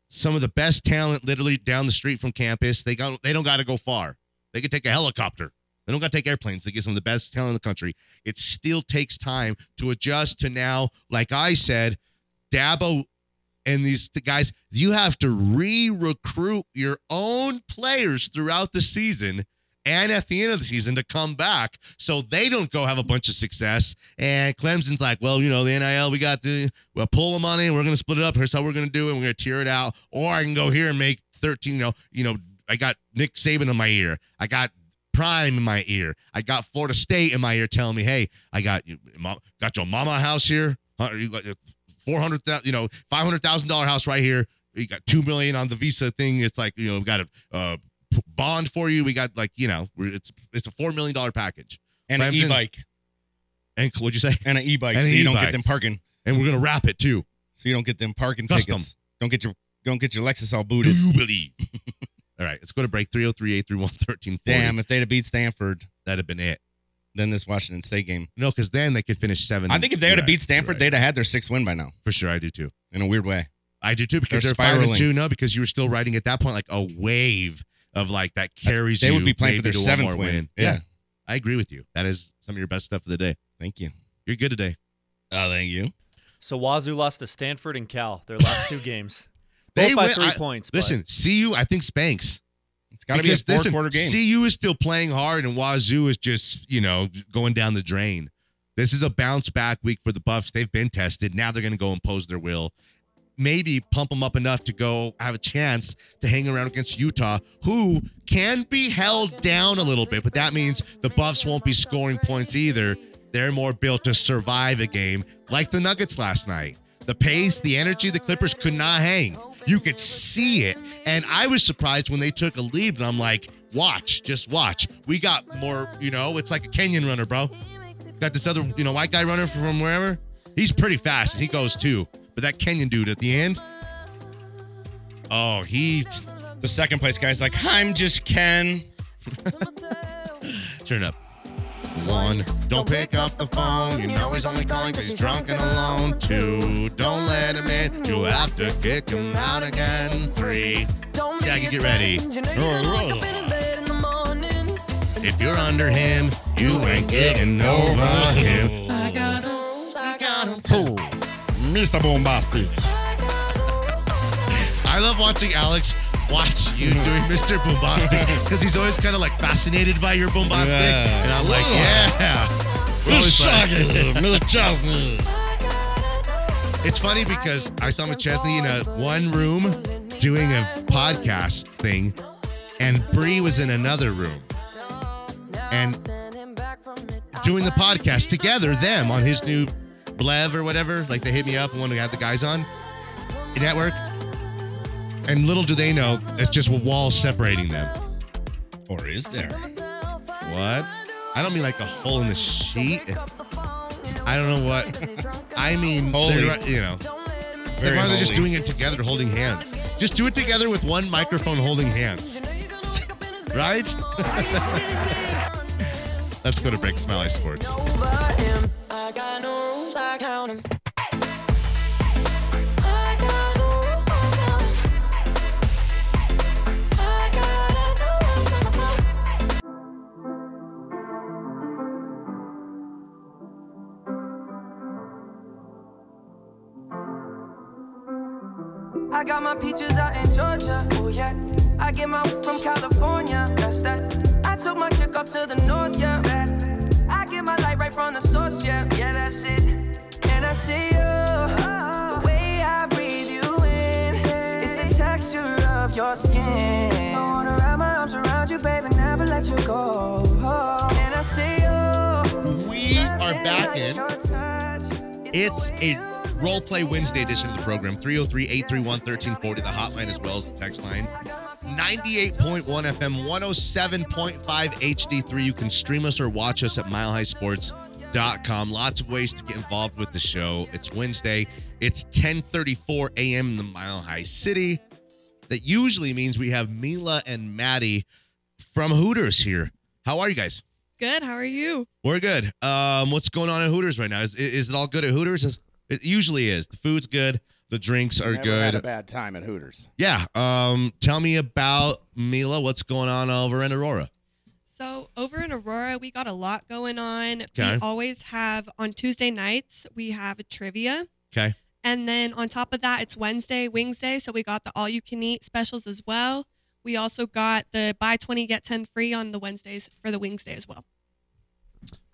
[SPEAKER 2] some of the best talent literally down the street from campus. They got they don't got to go far. They could take a helicopter. They don't got to take airplanes. They get some of the best talent in the country. It still takes time to adjust to now, like I said, Dabo and these th- guys, you have to re-recruit your own players throughout the season and at the end of the season to come back so they don't go have a bunch of success. And Clemson's like, well, you know, the NIL, we got to well, pull them on in. We're going to split it up. Here's how we're going to do it. We're going to tear it out. Or I can go here and make 13, you know, you know, I got Nick Saban in my ear. I got Prime in my ear. I got Florida State in my ear telling me, hey, I got you, mom, got your mama house here. Huh, You got your four hundred thousand, you know, five hundred thousand dollar house right here. You got two million on the visa thing. It's like you know, we got a uh, p- bond for you. We got like you know, we're- it's it's a four million dollar package.
[SPEAKER 6] And an
[SPEAKER 2] Clemson.
[SPEAKER 6] e bike.
[SPEAKER 2] And what'd you say?
[SPEAKER 6] And an e bike.
[SPEAKER 2] And
[SPEAKER 6] So
[SPEAKER 2] an
[SPEAKER 6] you don't
[SPEAKER 2] e-bike.
[SPEAKER 6] get them parking.
[SPEAKER 2] And we're gonna wrap it too.
[SPEAKER 6] So you don't get them parking
[SPEAKER 2] Custom. Mm-hmm.
[SPEAKER 6] tickets. Don't get your don't get your Lexus all
[SPEAKER 2] Do
[SPEAKER 6] booted.
[SPEAKER 2] you believe? All right, let's go to break 303-831-1340.
[SPEAKER 6] Damn, if they'd have beat Stanford,
[SPEAKER 2] that'd have been it.
[SPEAKER 6] then this Washington State game.
[SPEAKER 2] No, because then they could finish seven.
[SPEAKER 6] I think if they would
[SPEAKER 2] You're
[SPEAKER 6] have
[SPEAKER 2] right,
[SPEAKER 6] beat Stanford,
[SPEAKER 2] you're right.
[SPEAKER 6] they'd have had their sixth win by now.
[SPEAKER 2] for sure I do too.
[SPEAKER 6] In a weird way.
[SPEAKER 2] I do too because
[SPEAKER 6] They're
[SPEAKER 2] they're, five and
[SPEAKER 6] spiraling.
[SPEAKER 2] two. No, because you were still riding at that point like a wave of like that carries.
[SPEAKER 6] They
[SPEAKER 2] you
[SPEAKER 6] would be playing
[SPEAKER 2] maybe
[SPEAKER 6] for their
[SPEAKER 2] to one
[SPEAKER 6] seventh
[SPEAKER 2] more
[SPEAKER 6] win. Yeah.
[SPEAKER 2] I agree with you. That is some of your best stuff of the day.
[SPEAKER 6] Thank you.
[SPEAKER 2] You're good today.
[SPEAKER 6] Oh, thank you.
[SPEAKER 4] So Wazoo lost to Stanford and Cal their last two games. Both
[SPEAKER 2] They
[SPEAKER 4] by
[SPEAKER 2] win-
[SPEAKER 4] three
[SPEAKER 2] I-
[SPEAKER 4] points. but-
[SPEAKER 2] Listen, CU, I think Spanks.
[SPEAKER 6] It's got to be a four quarter game.
[SPEAKER 2] CU is still playing hard, and Wazoo is just you know going down the drain. This is a bounce back week for the Buffs. They've been tested. Now they're going to go impose their will. Maybe pump them up enough to go have a chance to hang around against Utah, who can be held down a little bit, but that means the Buffs won't be scoring points either. They're more built to survive a game like the Nuggets last night. The pace, the energy, the Clippers could not hang. You could see it. And I was surprised when they took a lead, and I'm like, watch, just watch. We got more, you know, it's like a Kenyan runner, bro. Got this other, you know, white guy running from wherever. He's pretty fast, and he goes too. But that Kenyan dude at the end, Oh, he
[SPEAKER 6] The second place guy's like, I'm just Ken.
[SPEAKER 2] turn it up. One, don't pick up the phone. You know he's only calling 'cause he's drunk and alone. Two, don't let him in. You have to kick him out again. Three, Jackie, get ready. If you're under him, you ain't getting over him.
[SPEAKER 6] Cool. Mr. Bombastic.
[SPEAKER 2] I love watching Alex watch you doing Mr. Bombastic because he's always kind of like fascinated by your bombastic,
[SPEAKER 6] Yeah.
[SPEAKER 2] and I'm like, yeah. We're always like- It's funny because I saw McChesney in a one room doing a podcast thing, and Bree was in another room and doing the podcast together. Them on his new Blev or whatever. Like they hit me up and wanted to have the guys on network. And little do they know, it's just a wall separating them.
[SPEAKER 6] Or is there?
[SPEAKER 2] What? I don't mean like a hole in the sheet. I don't know what. I mean, they're-
[SPEAKER 6] Holy.
[SPEAKER 2] you know. Like,
[SPEAKER 6] Very
[SPEAKER 2] why are they just
[SPEAKER 6] holy.
[SPEAKER 2] doing it together, holding hands? Just do it together with one microphone holding hands. right? Let's go to break. Smiley Sports.
[SPEAKER 9] I got my peaches out in Georgia. Oh yeah. I get my weed from California. That's that. I took my chick up to the north, yeah. I get my light right from the source, yeah. Yeah, that's it. And I see you. The way I breathe you in is the texture of your skin. I wanna wrap my arms around you, baby, never let you go. And I see you.
[SPEAKER 2] We are back in. It's a role play Wednesday edition of the program. 303 831 1340, the hotline as well as the text line. 98.1 FM, 107.5 HD3. You can stream us or watch us at milehighsports.com. Lots of ways to get involved with the show. It's Wednesday. It's 10:34 a.m. in the Mile High City. That usually means we have Mila and Maddie from Hooters here. How are you guys?
[SPEAKER 10] Good. How are you?
[SPEAKER 2] We're good. Um, what's going on at Hooters right now? Is, is it all good at Hooters? Is- It usually is. The food's good. The drinks are
[SPEAKER 8] Never Had a
[SPEAKER 2] good.
[SPEAKER 8] bad time at Hooters.
[SPEAKER 2] Yeah. Um, tell me about Mila. What's going on over in Aurora?
[SPEAKER 10] So over in Aurora, we got a lot going on.
[SPEAKER 2] Okay.
[SPEAKER 10] We always have on Tuesday nights we have a trivia,
[SPEAKER 2] Okay.
[SPEAKER 10] and then on top of that, it's Wednesday Wings Day, so we got the all you can eat specials as well. We also got the buy twenty get ten free on the Wednesdays for the Wings Day as well.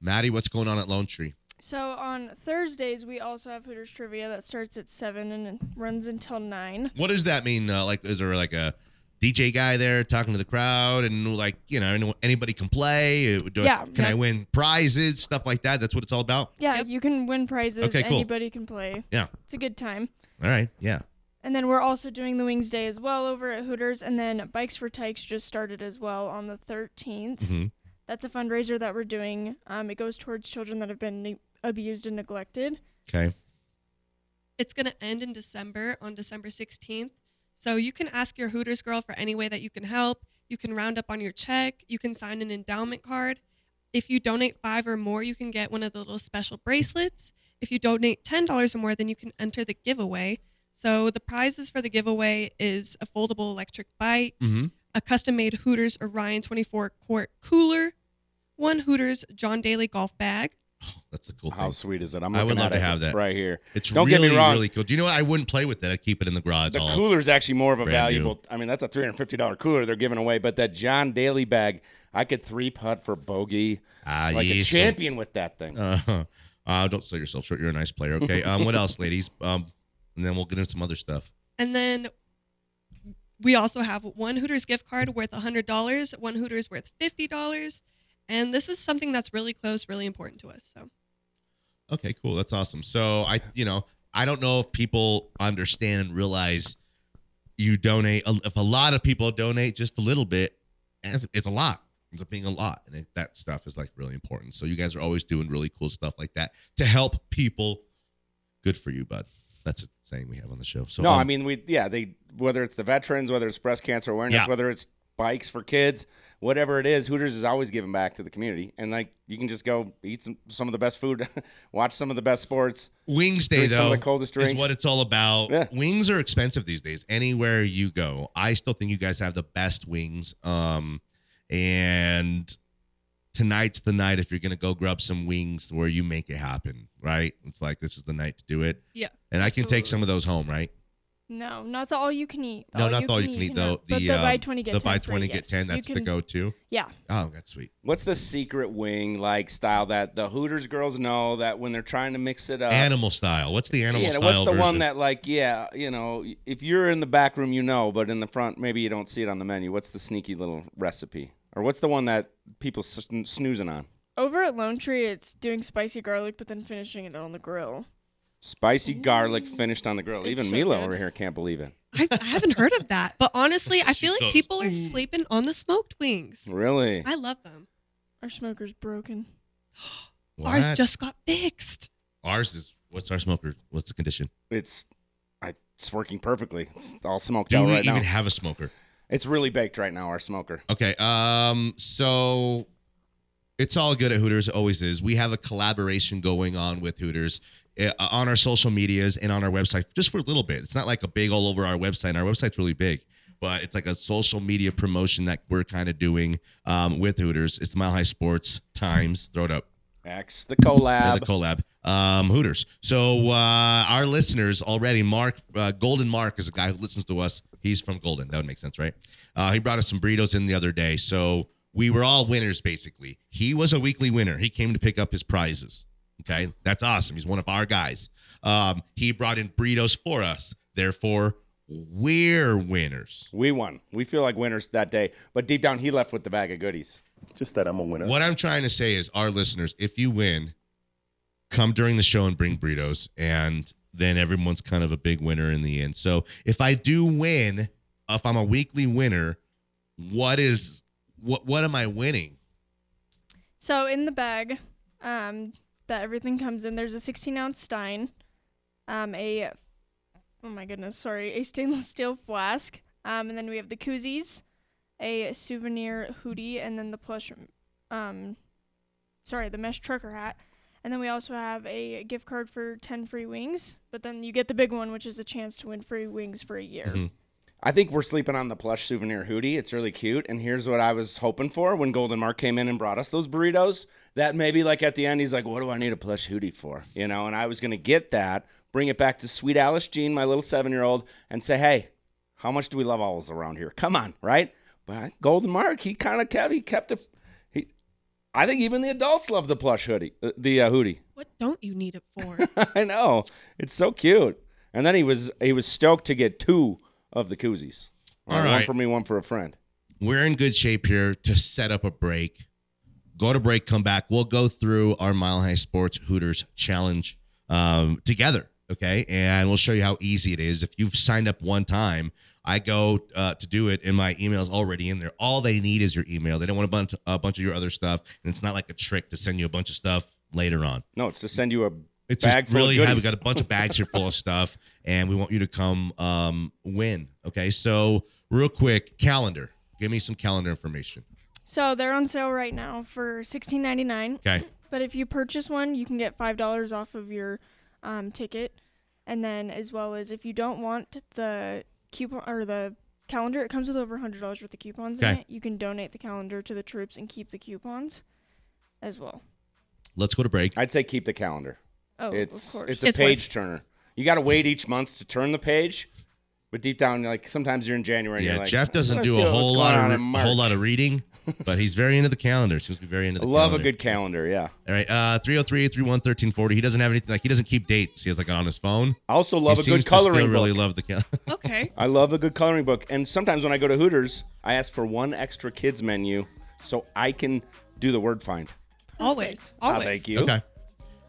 [SPEAKER 2] Maddie, what's going on at Lone Tree?
[SPEAKER 11] So on Thursdays we also have Hooters trivia that starts at seven and it runs until nine.
[SPEAKER 2] What does that mean? Uh, like, is there like a DJ guy there talking to the crowd and like you know anyone- anybody can play? Uh, do-
[SPEAKER 11] Yeah.
[SPEAKER 2] Can I win prizes? Stuff like that. That's what it's all about.
[SPEAKER 11] Yeah, you can win prizes.
[SPEAKER 2] Okay, cool.
[SPEAKER 11] Anybody can play.
[SPEAKER 2] Yeah.
[SPEAKER 11] It's a good time.
[SPEAKER 2] All right. Yeah.
[SPEAKER 11] And then we're also doing the Wings Day as well over at Hooters. And then Bikes for Tykes just started as well on the 13th.
[SPEAKER 2] Mhm.
[SPEAKER 11] That's a fundraiser that we're doing. Um, it goes towards children that have been ne- abused and neglected.
[SPEAKER 2] Okay.
[SPEAKER 10] It's going to end in December on December 16th. So you can ask your Hooters girl for any way that you can help. You can round up on your check. You can sign an endowment card. If you donate five or more, you can get one of the little special bracelets. If you donate $10 or more, then you can enter the giveaway. So the prizes for the giveaway is a foldable electric bike,
[SPEAKER 2] Mm-hmm.
[SPEAKER 10] a custom made Hooters Orion 24 quart cooler, one Hooters John Daly golf bag.
[SPEAKER 2] That's the cool thing.
[SPEAKER 8] How sweet is it? I'm
[SPEAKER 2] I would
[SPEAKER 8] looking
[SPEAKER 2] love
[SPEAKER 8] at
[SPEAKER 2] to
[SPEAKER 8] it
[SPEAKER 2] have that.
[SPEAKER 8] right here.
[SPEAKER 2] It's
[SPEAKER 8] Don't get
[SPEAKER 2] really,
[SPEAKER 8] me wrong.
[SPEAKER 2] really cool. Do you know what? I wouldn't play with that. I keep it in the garage.
[SPEAKER 8] The
[SPEAKER 2] all-
[SPEAKER 8] cooler is actually more of a
[SPEAKER 2] Brand new.
[SPEAKER 8] valuable. I mean, that's a three hundred fifty dollar cooler they're giving away. But that John Daly bag, I could three putt for bogey
[SPEAKER 2] Ah,
[SPEAKER 8] like a
[SPEAKER 2] yes.
[SPEAKER 8] champion with that thing.
[SPEAKER 2] Uh, uh, don't sell yourself short. You're a nice player. Okay. Um, what else, ladies? Um, and then we'll get into some other stuff.
[SPEAKER 10] And then we also have one Hooters gift card worth $100, one Hooters worth $50. And this is something that's really close, really important to us. So
[SPEAKER 2] Okay, cool. That's awesome. So I, you know, I don't know if people understand and realize you donate. If a lot of people donate just a little bit, it's it's a lot. Ends up being a lot, and it, that stuff is like really important. So you guys are always doing really cool stuff like that to help people. Good for you, bud. That's a saying we have on the show. So
[SPEAKER 6] no,
[SPEAKER 2] um,
[SPEAKER 6] I mean we yeah they whether it's the veterans, whether it's breast cancer awareness,
[SPEAKER 2] Yeah.
[SPEAKER 6] whether it's bikes for kids, whatever it is, Hooters is always giving back to the community, and like you can just go eat some some of the best food, watch some of the best sports.
[SPEAKER 2] Wings Day
[SPEAKER 6] drink
[SPEAKER 2] though
[SPEAKER 6] some of the coldest
[SPEAKER 2] is
[SPEAKER 6] drinks.
[SPEAKER 2] what it's all about.
[SPEAKER 6] Yeah.
[SPEAKER 2] Wings are expensive these days. Anywhere you go, I still think you guys have the best wings. Um, and tonight's the night if you're gonna go grab some wings where you make it happen. Right? It's like this is the night to do it.
[SPEAKER 10] Yeah.
[SPEAKER 2] And I can take
[SPEAKER 10] Absolutely.
[SPEAKER 2] some of those home, right?
[SPEAKER 11] No, not the all Oh, you can eat. The
[SPEAKER 2] no, not the all you
[SPEAKER 11] eat
[SPEAKER 2] can eat
[SPEAKER 11] cannot-
[SPEAKER 2] though.
[SPEAKER 11] but the
[SPEAKER 2] uh,
[SPEAKER 11] buy twenty get
[SPEAKER 2] the
[SPEAKER 11] 10
[SPEAKER 2] buy
[SPEAKER 11] free,
[SPEAKER 2] twenty get
[SPEAKER 11] yes.
[SPEAKER 2] ten.
[SPEAKER 11] You
[SPEAKER 2] That's the
[SPEAKER 11] can-
[SPEAKER 2] go-to.
[SPEAKER 11] Yeah,
[SPEAKER 2] Oh, that's sweet.
[SPEAKER 6] What's the secret wing like style that the Hooters girls know that when they're trying to mix it up?
[SPEAKER 2] animal style. What's the animal
[SPEAKER 6] Uh, yeah,
[SPEAKER 2] style?
[SPEAKER 6] what's the one
[SPEAKER 2] version?
[SPEAKER 6] that like yeah you know if you're in the back room you know but in the front maybe you don't see it on the menu what's the sneaky little recipe or what's the one that people sn- snoozing on
[SPEAKER 11] Over at Lone Tree, it's doing spicy garlic, but then finishing it on the grill.
[SPEAKER 6] spicy garlic finished on the grill even
[SPEAKER 11] Mm. so
[SPEAKER 6] milo
[SPEAKER 11] good.
[SPEAKER 6] over here can't believe it
[SPEAKER 10] I, I haven't heard of that, but honestly, I feel
[SPEAKER 2] goes,
[SPEAKER 10] like people are sleeping on the smoked wings.
[SPEAKER 6] really
[SPEAKER 10] I love them.
[SPEAKER 11] Our smoker's broken.
[SPEAKER 2] What?
[SPEAKER 10] Ours just got fixed.
[SPEAKER 2] ours is. What's our smoker? What's the condition?
[SPEAKER 6] it's I, it's working perfectly it's all smoked
[SPEAKER 2] Do
[SPEAKER 6] out
[SPEAKER 2] we
[SPEAKER 6] right
[SPEAKER 2] even
[SPEAKER 6] now
[SPEAKER 2] have a smoker?
[SPEAKER 6] it's really baked right now our smoker
[SPEAKER 2] Okay. Um. So it's all good at Hooters. it Always is. We have a collaboration going on with Hooters uh, on our social medias and on our website just for a little bit. It's not like a big all over our website. and Our website's really big. But it's like a social media promotion that we're kind of doing um, with Hooters. It's Mile High Sports Times. Throw it up.
[SPEAKER 6] x the
[SPEAKER 2] Yeah,
[SPEAKER 6] collab
[SPEAKER 2] the collab. Um, Hooters. So uh, our listeners already, Mark uh, Golden Mark is a guy who listens to us. He's from Golden. That would make sense, right? Uh, he brought us some burritos in the other day. So we were all winners basically. He was a weekly winner. He came to pick up his prizes. Okay, that's awesome. He's one of our guys. Um, he brought in burritos for us. Therefore, we're winners.
[SPEAKER 6] we won we feel like winners that day but deep down he left with the bag of goodies
[SPEAKER 12] Just that I'm a winner.
[SPEAKER 2] What I'm trying to say is, our listeners, if you win, come during the show and bring burritos, and then everyone's kind of a big winner in the end. So if I do win, if I'm a weekly winner, what is what what am I winning?
[SPEAKER 11] So in the bag, um, that everything comes in, there's a 16 ounce stein, um, a, oh my goodness, sorry, a stainless steel flask, um, and then we have the koozies, a souvenir hoodie, and then the plush, um, sorry, the mesh trucker hat, and then we also have a gift card for 10 free wings. But then you get the big one, which is a chance to win free wings for a year.
[SPEAKER 6] I think we're sleeping on the plush souvenir hoodie. It's really cute. And here's what I was hoping for when Golden Mark came in and brought us those burritos. That maybe like at the end, he's like, "What do I need a plush hoodie for?" You know. And I was gonna get that, bring it back to Sweet Alice Jean, my little seven-year-old, and say, "Hey, how much do we love owls around here? Come on, right?" But Golden Mark, he kind of kept, he kept it. He, I think even the adults love the plush hoodie, uh, the uh, hoodie.
[SPEAKER 10] What don't you need it for?
[SPEAKER 6] I know. It's so cute. And then he was he was stoked to get two of the koozies.
[SPEAKER 2] All
[SPEAKER 6] Uh, One
[SPEAKER 2] right.
[SPEAKER 6] for me, one for a friend.
[SPEAKER 2] We're in good shape here to set up a break. Go to break, come back. We'll go through our Mile High Sports Hooters challenge um, together. Okay. And we'll show you how easy it is. If you've signed up one time, I go uh, to do it, and my email's already in there. All they need is your email. They don't want a bunch, a bunch of your other stuff. And it's not like a trick to send you a bunch of stuff later on.
[SPEAKER 6] No, it's to send you a
[SPEAKER 2] It's
[SPEAKER 6] bag
[SPEAKER 2] just
[SPEAKER 6] full
[SPEAKER 2] really
[SPEAKER 6] of
[SPEAKER 2] have we
[SPEAKER 6] goodies.
[SPEAKER 2] got a bunch of bags here full of stuff, and we want you to come um, win. Okay, so real quick, calendar. Give me some calendar information.
[SPEAKER 11] So they're on sale right now for 16.99.
[SPEAKER 2] Okay,
[SPEAKER 11] But if you purchase one, you can get five dollars off of your um, ticket, and then as well as if you don't want the coupon or the calendar, it comes with over hundred dollars worth of coupons in
[SPEAKER 2] Okay.
[SPEAKER 11] it. You can donate the calendar to the troops and keep the coupons, as well.
[SPEAKER 2] let's go to break.
[SPEAKER 6] I'd say keep the calendar.
[SPEAKER 11] Oh,
[SPEAKER 6] it's
[SPEAKER 11] of course.
[SPEAKER 6] it's a
[SPEAKER 10] It's worth
[SPEAKER 6] page turner. You got to wait each month to turn the page, but deep down, like sometimes you're in January. And
[SPEAKER 2] yeah,
[SPEAKER 6] you're like,
[SPEAKER 2] Jeff doesn't
[SPEAKER 6] "Let's
[SPEAKER 2] do
[SPEAKER 6] see
[SPEAKER 2] a
[SPEAKER 6] what's
[SPEAKER 2] whole
[SPEAKER 6] going
[SPEAKER 2] lot
[SPEAKER 6] on
[SPEAKER 2] of
[SPEAKER 6] in
[SPEAKER 2] re- whole
[SPEAKER 6] March."
[SPEAKER 2] lot of reading, but he's very into the calendar. Seems to be very into
[SPEAKER 6] I
[SPEAKER 2] the.
[SPEAKER 6] love
[SPEAKER 2] calendar.
[SPEAKER 6] a good calendar. Yeah.
[SPEAKER 2] All right, uh, 303-331-1340. He doesn't have anything like he doesn't keep dates. He has like on his phone.
[SPEAKER 6] I also love
[SPEAKER 2] he
[SPEAKER 6] a
[SPEAKER 2] seems
[SPEAKER 6] good coloring
[SPEAKER 2] to still
[SPEAKER 6] book.
[SPEAKER 2] Really love the calendar.
[SPEAKER 10] okay.
[SPEAKER 6] I love a good coloring book. And sometimes when I go to Hooters, I ask for one extra kids menu so I can do the word find.
[SPEAKER 10] Always.
[SPEAKER 6] Ah,
[SPEAKER 10] Always.
[SPEAKER 6] thank you.
[SPEAKER 2] Okay.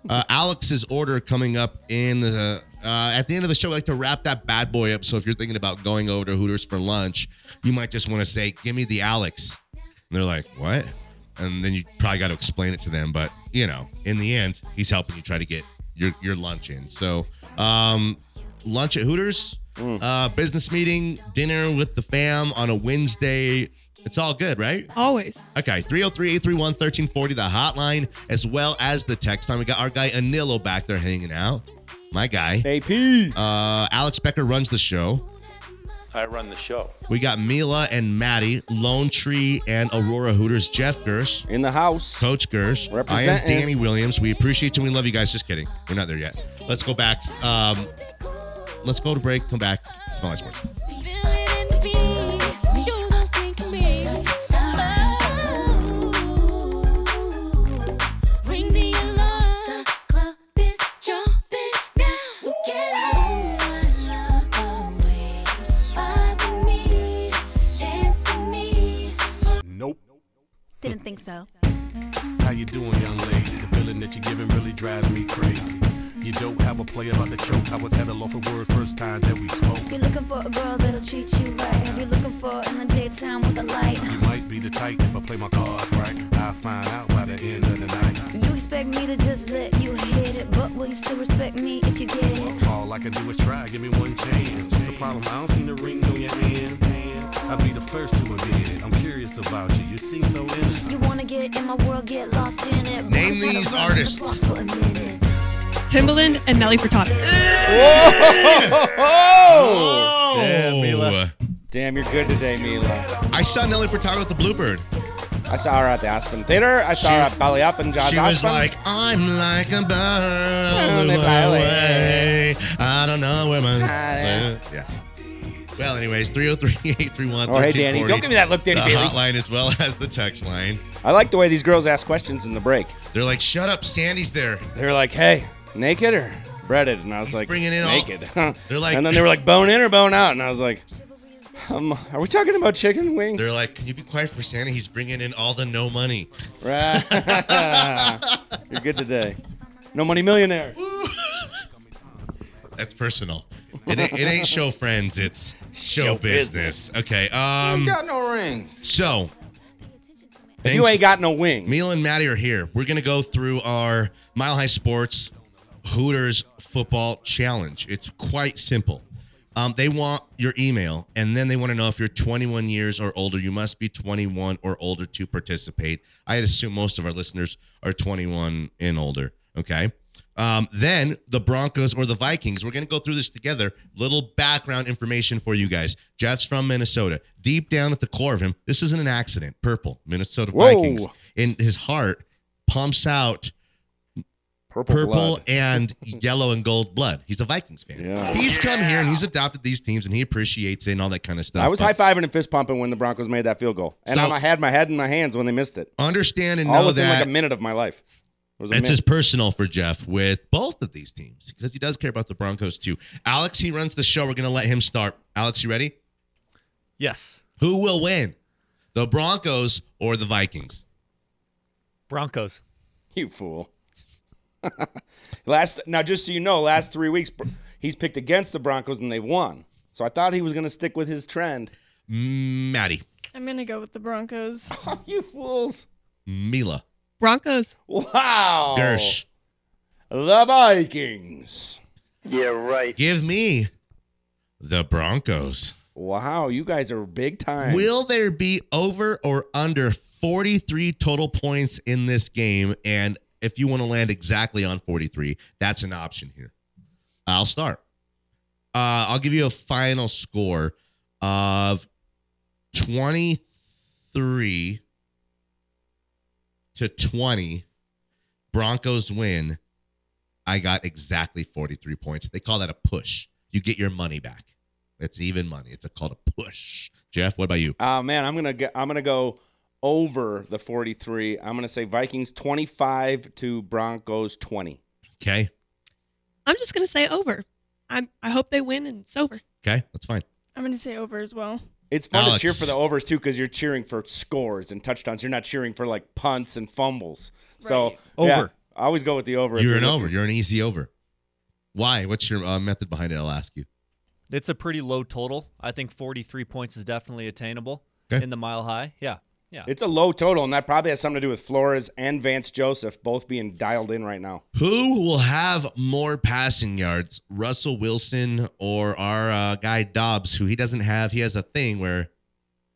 [SPEAKER 2] Uh, Alex's order coming up in the uh, at the end of the show. I like to wrap that bad boy up. So if you're thinking about going over to Hooters for lunch, you might just want to say, "Give me the Alex," and they're like, "What?" And then you probably got to explain it to them. But you know, in the end, he's helping you try to get your your lunch in. So um, lunch at Hooters, uh, business meeting, dinner with the fam on a Wednesday. It's all good, right?
[SPEAKER 10] Always.
[SPEAKER 2] Okay, 303-831-1340, the hotline, as well as the text line. We got our guy Anilo back there hanging out. My guy.
[SPEAKER 6] AP.
[SPEAKER 2] Uh, Alex Becker runs the show.
[SPEAKER 13] I run the show.
[SPEAKER 2] We got Mila and Maddie, Lone Tree and Aurora Hooters, Jeff Gersh.
[SPEAKER 6] In the house.
[SPEAKER 2] Coach Gersh. I am
[SPEAKER 6] Representing.
[SPEAKER 2] Danny Williams. We appreciate you and we love you guys. Just kidding. We're not there yet. Let's go back. Um, let's go to break, come back. Smell like sports.
[SPEAKER 14] Nope.
[SPEAKER 15] Didn't think so.
[SPEAKER 14] How you doing, young lady? The feeling that you're giving really drives me crazy. You don't have a play about the choke. I was at a loaf of word first time that we spoke.
[SPEAKER 15] You're looking for a girl that'll treat you right. You're looking for in the daytime with a light.
[SPEAKER 14] You might be the type if I play my cards right. I'll find out by the end of the night.
[SPEAKER 15] You expect me to just let you hit it, but will you still respect me if you get it?
[SPEAKER 14] All I can do is try, give me one chance. What's the problem? I don't see the ring on your hand. I'll be the first to admit it. I'm curious about you. You seem so innocent.
[SPEAKER 15] You wanna get in my world, get lost in it.
[SPEAKER 14] Name
[SPEAKER 15] Bounce on a
[SPEAKER 14] these
[SPEAKER 15] run on the
[SPEAKER 14] artists.
[SPEAKER 15] block for a minute.
[SPEAKER 10] Timbaland and Nelly Furtado.
[SPEAKER 6] Oh!
[SPEAKER 2] Damn, Mila.
[SPEAKER 6] Damn, you're good today, Mila.
[SPEAKER 2] I saw Nelly Furtado at the Bluebird.
[SPEAKER 6] I saw her at the Aspen Theater. I saw her at Belly Up and John's
[SPEAKER 2] she was
[SPEAKER 6] Aspen.
[SPEAKER 2] like, I'm like a bird.
[SPEAKER 6] On the
[SPEAKER 2] away. I don't know where my.
[SPEAKER 6] yeah.
[SPEAKER 2] yeah. Well, anyways, 303 831
[SPEAKER 6] Oh, hey, Danny. Don't give me that look, Danny
[SPEAKER 2] The
[SPEAKER 6] Bailey.
[SPEAKER 2] hotline as well as the text line.
[SPEAKER 6] I like the way these girls ask questions in the break.
[SPEAKER 2] They're like, shut up, Sandy's there.
[SPEAKER 6] They're like, hey, naked or breaded? And I was like,
[SPEAKER 2] bringing in all-
[SPEAKER 6] naked.
[SPEAKER 2] They're like-
[SPEAKER 6] and then they were like, bone in or bone out? And I was like, um, are we talking about chicken wings?
[SPEAKER 2] They're like, can you be quiet for Santa? He's bringing in all the no money.
[SPEAKER 6] Right. You're good today. No money millionaires.
[SPEAKER 2] That's personal. It, ain't- it ain't show friends, it's show,
[SPEAKER 6] Show
[SPEAKER 2] business. Okay. Um,
[SPEAKER 6] you got no rings.
[SPEAKER 2] So,
[SPEAKER 6] If you ain't got no wings.
[SPEAKER 2] Neil and Maddie are here. We're gonna go through our Mile High Sports Hooters Football Challenge. It's quite simple. Um, they want your email, and then they want to know if you're 21 years or older. You must be 21 or older to participate. I assume most of our listeners are 21 and older. Okay. Um, then the Broncos or the Vikings. We're going to go through this together. Little background information for you guys. Jeff's from Minnesota. Deep down at the core of him, this isn't an accident. Purple, Minnesota
[SPEAKER 6] Whoa.
[SPEAKER 2] Vikings. In his heart, pumps out
[SPEAKER 6] purple,
[SPEAKER 2] purple
[SPEAKER 6] blood.
[SPEAKER 2] and yellow and gold blood. He's a Vikings fan.
[SPEAKER 6] Yeah.
[SPEAKER 2] He's come here and he's adopted these teams and he appreciates it and all that kind of stuff.
[SPEAKER 6] I was
[SPEAKER 2] But
[SPEAKER 6] high fiving and fist pumping when the Broncos made that field goal, and
[SPEAKER 2] So-
[SPEAKER 6] I'm- I had my head in my hands when they missed it.
[SPEAKER 2] Understand and
[SPEAKER 6] All
[SPEAKER 2] know
[SPEAKER 6] within
[SPEAKER 2] that
[SPEAKER 6] like a minute of my life. It was a
[SPEAKER 2] It's
[SPEAKER 6] minute.
[SPEAKER 2] just personal for Jeff with both of these teams because he does care about the Broncos too. Alex, he runs the show. We're going to let him start. Alex, you ready?
[SPEAKER 4] Yes.
[SPEAKER 2] Who will win, the Broncos or the Vikings?
[SPEAKER 4] Broncos.
[SPEAKER 6] You fool. last now, just so you know, last three weeks br- he's picked against the Broncos and they've won. So I thought he was going to stick with his trend.
[SPEAKER 2] Maddie,
[SPEAKER 11] I'm gonna go with the Broncos.
[SPEAKER 6] Oh, you fools!
[SPEAKER 2] Mila,
[SPEAKER 10] Broncos.
[SPEAKER 6] Wow.
[SPEAKER 2] Gersh.
[SPEAKER 6] The Vikings.
[SPEAKER 13] Yeah, right.
[SPEAKER 2] Give me the Broncos.
[SPEAKER 6] Wow, you guys are big time.
[SPEAKER 2] Will there be over or under 43 total points in this game? And if you want to land exactly on 43, that's an option here. I'll start. Uh, I'll give you a final score of 23 to 20. Broncos win. I got exactly 43 points. They call that a push. You get your money back. It's even money. It's called a push. Jeff, what about you?
[SPEAKER 6] Oh man, I'm gonna go, I'm gonna go over the 43. I'm gonna say Vikings 25 to Broncos 20.
[SPEAKER 2] Okay.
[SPEAKER 10] I'm just gonna say over. I'm. I hope they win and it's over.
[SPEAKER 2] Okay. That's fine.
[SPEAKER 11] I'm gonna say over as well.
[SPEAKER 6] It's fun
[SPEAKER 2] Alex.
[SPEAKER 6] to cheer for the overs too because you're cheering for scores and touchdowns. You're not cheering for like punts and fumbles. So
[SPEAKER 2] Over.
[SPEAKER 6] yeah, I always go with the over. if
[SPEAKER 2] You're an
[SPEAKER 6] looking-
[SPEAKER 2] over. You're an easy over. Why? What's your uh, method behind it? I'll ask you.
[SPEAKER 4] It's a pretty low total. I think 43 points is definitely attainable
[SPEAKER 2] Okay.
[SPEAKER 4] in the mile high. Yeah. Yeah.
[SPEAKER 6] It's a low total, and that probably has something to do with Flores and Vance Joseph both being dialed in right now.
[SPEAKER 2] Who will have more passing yards, Russell Wilson or our uh, guy Dobbs, who he doesn't have? He has a thing where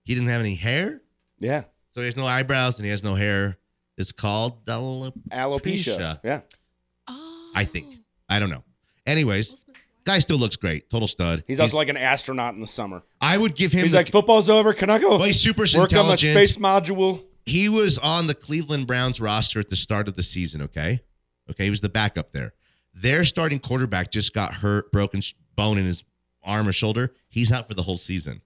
[SPEAKER 2] he doesn't have any hair.
[SPEAKER 6] Yeah.
[SPEAKER 2] So he has no eyebrows and he has no hair. It's called alopecia.
[SPEAKER 6] Alopecia. Yeah.
[SPEAKER 10] Oh.
[SPEAKER 2] I think. I don't know. Anyways, guy still looks great. Total stud.
[SPEAKER 6] He's, also like an astronaut in the summer.
[SPEAKER 2] I would give him.
[SPEAKER 6] He's
[SPEAKER 2] the-
[SPEAKER 6] like, football's over. Can I go
[SPEAKER 2] Well, he's super
[SPEAKER 6] work on my
[SPEAKER 2] intelligent.
[SPEAKER 6] space module?
[SPEAKER 2] he was on the Cleveland Browns roster at the start of the season. Okay, okay, he was the backup there. Their starting quarterback just got hurt, broken sh- bone in his arm or shoulder. He's out for the whole season.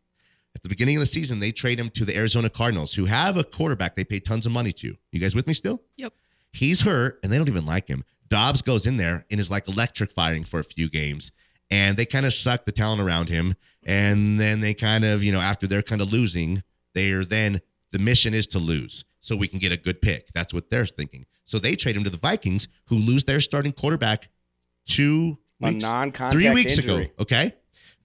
[SPEAKER 2] At the beginning of the season, they trade him to the Arizona Cardinals, who have a quarterback they pay tons of money to. You guys with me still?
[SPEAKER 16] Yep.
[SPEAKER 2] He's hurt, and they don't even like him. Dobbs goes in there and is like electric firing for a few games, and they kind of suck the talent around him. And then they kind of, you know, after they're kind of losing, they are then the mission is to lose so we can get a good pick. That's what they're thinking. So they trade him to the Vikings, who lose their starting quarterback two
[SPEAKER 6] A
[SPEAKER 2] weeks,
[SPEAKER 6] non-contact
[SPEAKER 2] three weeks ago.
[SPEAKER 6] injury.
[SPEAKER 2] Okay.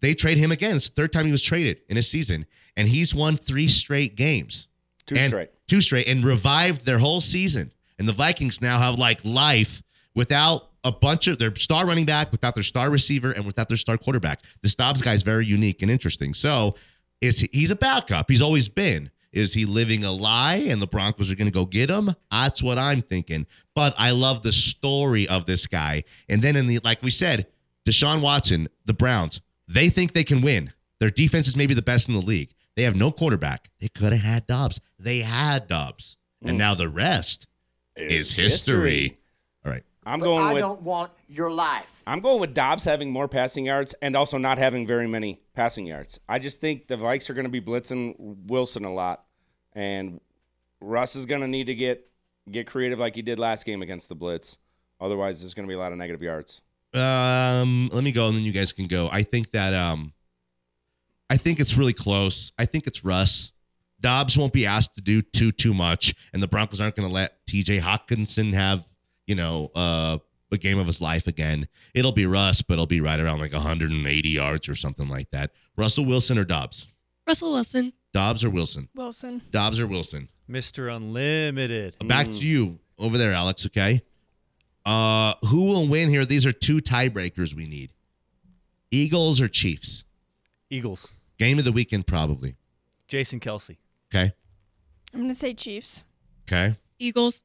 [SPEAKER 2] They trade him again. It's the third time he was traded in a season, and he's won three straight games.
[SPEAKER 6] Two
[SPEAKER 2] And-
[SPEAKER 6] straight.
[SPEAKER 2] Two straight, and revived their whole season. And the Vikings now have like life without a bunch of their star running back, without their star receiver, and without their star quarterback. The Stobbs guy is very unique and interesting. So is he, he's a backup. He's always been. Is he living a lie and the Broncos are going to go get him? That's what I'm thinking. But I love the story of this guy. And then in the like we said, Deshaun Watson, the Browns, they think they can win. Their defense is maybe the best in the league. They have no quarterback. They could have had Dobbs. They had Dobbs. And now the rest is history.
[SPEAKER 6] history.
[SPEAKER 2] All right.
[SPEAKER 6] I'm going with
[SPEAKER 17] want your life.
[SPEAKER 6] I'm going with Dobbs having more passing yards and also not having very many passing yards. I just think the Vikes are going to be blitzing Wilson a lot, and Russ is going to need to get get creative like he did last game against the blitz. Otherwise, there's going to be a lot of negative yards.
[SPEAKER 2] Um, let me go and then you guys can go. I think that um I think it's really close. I think it's Russ. Dobbs won't be asked to do too too much, and the Broncos aren't going to let T.J. Hawkinson have you know uh, a game of his life again. It'll be Russ, but it'll be right around like 180 yards or something like that. Russell Wilson or Dobbs?
[SPEAKER 16] Russell Wilson.
[SPEAKER 2] Dobbs or Wilson?
[SPEAKER 11] Wilson.
[SPEAKER 2] Dobbs or Wilson?
[SPEAKER 4] Mr. Unlimited.
[SPEAKER 2] Back to you over there, Alex. Okay. Uh, who will win here? These are two tiebreakers we need. Eagles or Chiefs?
[SPEAKER 4] Eagles.
[SPEAKER 2] Game of the weekend, probably.
[SPEAKER 4] Jason Kelsey.
[SPEAKER 2] Okay.
[SPEAKER 11] I'm gonna say Chiefs.
[SPEAKER 2] Okay.
[SPEAKER 16] Eagles.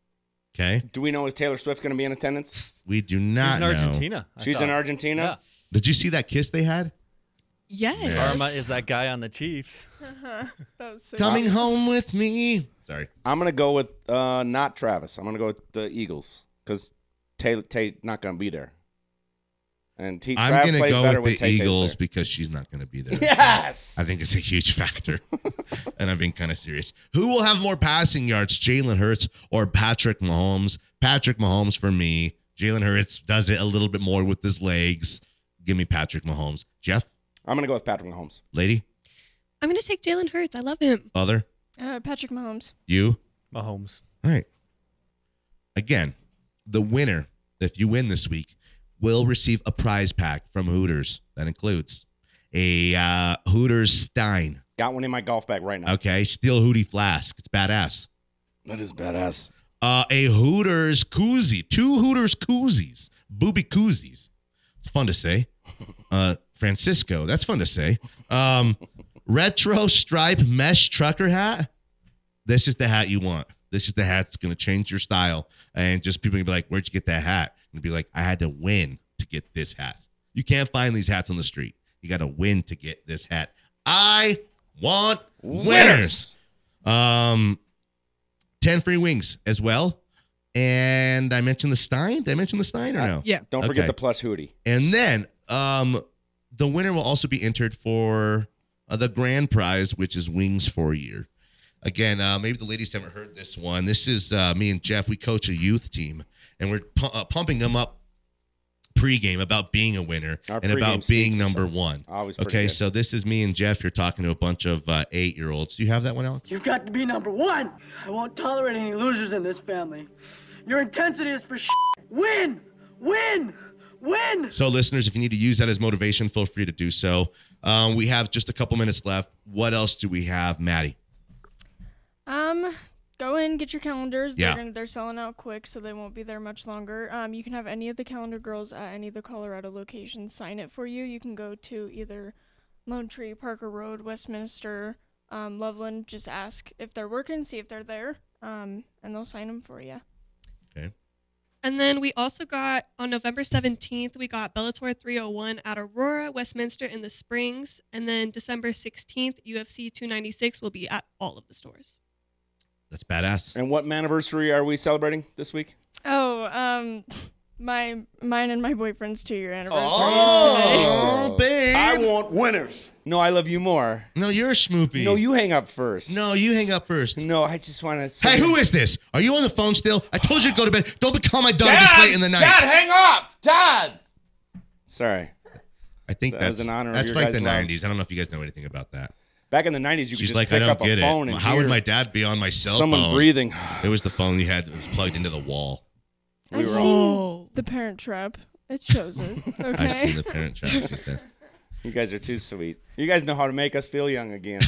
[SPEAKER 2] Okay.
[SPEAKER 6] Do we know is Taylor Swift going to be in attendance?
[SPEAKER 2] We do not
[SPEAKER 4] in
[SPEAKER 2] know.
[SPEAKER 4] Argentina. I
[SPEAKER 6] She's in
[SPEAKER 4] thought.
[SPEAKER 6] Argentina.
[SPEAKER 4] Yeah.
[SPEAKER 2] Did you see that kiss they had?
[SPEAKER 16] Yes.
[SPEAKER 4] Karma is that guy on the Chiefs.
[SPEAKER 11] Uh-huh. That was so
[SPEAKER 2] Coming home with me. Sorry.
[SPEAKER 6] I'm gonna go with uh, not Travis. I'm gonna go with the Eagles because Tay Tay not gonna be there, and T-
[SPEAKER 2] I'm
[SPEAKER 6] Trav
[SPEAKER 2] gonna
[SPEAKER 6] plays
[SPEAKER 2] go
[SPEAKER 6] better
[SPEAKER 2] with
[SPEAKER 6] when
[SPEAKER 2] the
[SPEAKER 6] Tay
[SPEAKER 2] Eagles
[SPEAKER 6] Eagles.
[SPEAKER 2] because she's not gonna be there.
[SPEAKER 6] Yes.
[SPEAKER 2] I think it's a huge factor, and I'm being kind of serious. Who will have more passing yards, Jalen Hurts or Patrick Mahomes? Patrick Mahomes for me. Jalen Hurts does it a little bit more with his legs. Give me Patrick Mahomes. Jeff,
[SPEAKER 6] I'm gonna go with Patrick Mahomes.
[SPEAKER 2] lady,
[SPEAKER 16] I'm gonna take Jalen Hurts. I love him.
[SPEAKER 2] other,
[SPEAKER 11] Uh, Patrick Mahomes.
[SPEAKER 2] you.
[SPEAKER 4] Mahomes.
[SPEAKER 2] All right. Again, the winner, if you win this week, will receive a prize pack from Hooters. That includes a uh, Hooters Stein.
[SPEAKER 6] Got one in my golf bag right now.
[SPEAKER 2] Okay, steel Hootie flask. It's badass.
[SPEAKER 6] That is badass.
[SPEAKER 2] Uh, a Hooters koozie, two Hooters koozies, booby koozies. It's fun to say. Uh, Francisco, that's fun to say. Um, retro stripe mesh trucker hat. This is the hat you want. This is the hat that's going to change your style. And just people going to be like, where'd you get that hat? And be like, I had to win to get this hat. You can't find these hats on the street. You got to win to get this hat. I want winners. Um, 10 free wings as well. And I mentioned the Stein. Did I mention the Stein
[SPEAKER 6] Uh,
[SPEAKER 2] or no?
[SPEAKER 16] Yeah.
[SPEAKER 6] Don't forget
[SPEAKER 2] Okay.
[SPEAKER 6] the plus hoodie.
[SPEAKER 2] And then um, the winner will also be entered for uh, the grand prize, which is wings for a year. Again, uh, maybe the ladies haven't heard this one. This is uh, me and Jeff. We coach a youth team, and we're pu- uh, pumping them up pregame about being a winner
[SPEAKER 6] Our
[SPEAKER 2] and
[SPEAKER 6] pregame
[SPEAKER 2] about being
[SPEAKER 6] speech is
[SPEAKER 2] number one.
[SPEAKER 6] always pretty
[SPEAKER 2] okay,
[SPEAKER 6] good.
[SPEAKER 2] so this is me and Jeff. You're talking to a bunch of uh, eight year olds. Do you have that one, Alex?
[SPEAKER 10] You've got to be number one. I won't tolerate any losers in this family. Your intensity is for shit. Win! Win! Win!
[SPEAKER 2] So, listeners, if you need to use that as motivation, feel free to do so. Um, we have just a couple minutes left. What else do we have, Maddie?
[SPEAKER 11] Um, go in, get your calendars.
[SPEAKER 2] Yeah.
[SPEAKER 11] They're, gonna, they're selling out quick, so they won't be there much longer. Um, you can have any of the calendar girls at any of the Colorado locations sign it for you. You can go to either Lone Tree, Parker Road, Westminster, um, Loveland. Just ask if they're working, see if they're there, um, and they'll sign them for you.
[SPEAKER 10] And then we also got on November 17th, we got Bellator 301 at Aurora, Westminster in the Springs. And then December 16th, UFC 296 will be at all of the stores.
[SPEAKER 6] That's badass. And what anniversary are we celebrating this week?
[SPEAKER 11] Oh, um, my mine and my boyfriend's two year
[SPEAKER 6] Oh.
[SPEAKER 11] anniversary. is
[SPEAKER 2] Oh!
[SPEAKER 11] today.
[SPEAKER 2] babe.
[SPEAKER 6] I want winners. No, I love you more.
[SPEAKER 2] No, you're a schmoopy.
[SPEAKER 6] No, you hang up first.
[SPEAKER 2] No, you hang up first.
[SPEAKER 6] No, I just want to
[SPEAKER 2] Hey, who is this? Are you on the phone still? I told you to go to bed. Don't call my dog this
[SPEAKER 6] Dad!
[SPEAKER 2] late in the night.
[SPEAKER 6] Dad, hang up! Dad! Sorry.
[SPEAKER 2] I think
[SPEAKER 6] That
[SPEAKER 2] that's
[SPEAKER 6] was an honor of
[SPEAKER 2] That's
[SPEAKER 6] your
[SPEAKER 2] like
[SPEAKER 6] guys'
[SPEAKER 2] the
[SPEAKER 6] love.
[SPEAKER 2] '90s. I don't know if you guys know anything about that.
[SPEAKER 6] Back in the 90s, you could
[SPEAKER 2] She's
[SPEAKER 6] just
[SPEAKER 2] like,
[SPEAKER 6] pick
[SPEAKER 2] I don't
[SPEAKER 6] up a
[SPEAKER 2] get
[SPEAKER 6] phone
[SPEAKER 2] it.
[SPEAKER 6] and
[SPEAKER 2] How
[SPEAKER 6] hear-
[SPEAKER 2] would my dad be on my cell
[SPEAKER 6] Someone
[SPEAKER 2] phone?
[SPEAKER 6] breathing.
[SPEAKER 2] It was the phone you had that was plugged into the wall.
[SPEAKER 11] I've seen the Parent Trap. It shows it. Okay.
[SPEAKER 2] I've seen the parent trap. She said.
[SPEAKER 6] You guys are too sweet. You guys know how to make us feel young again.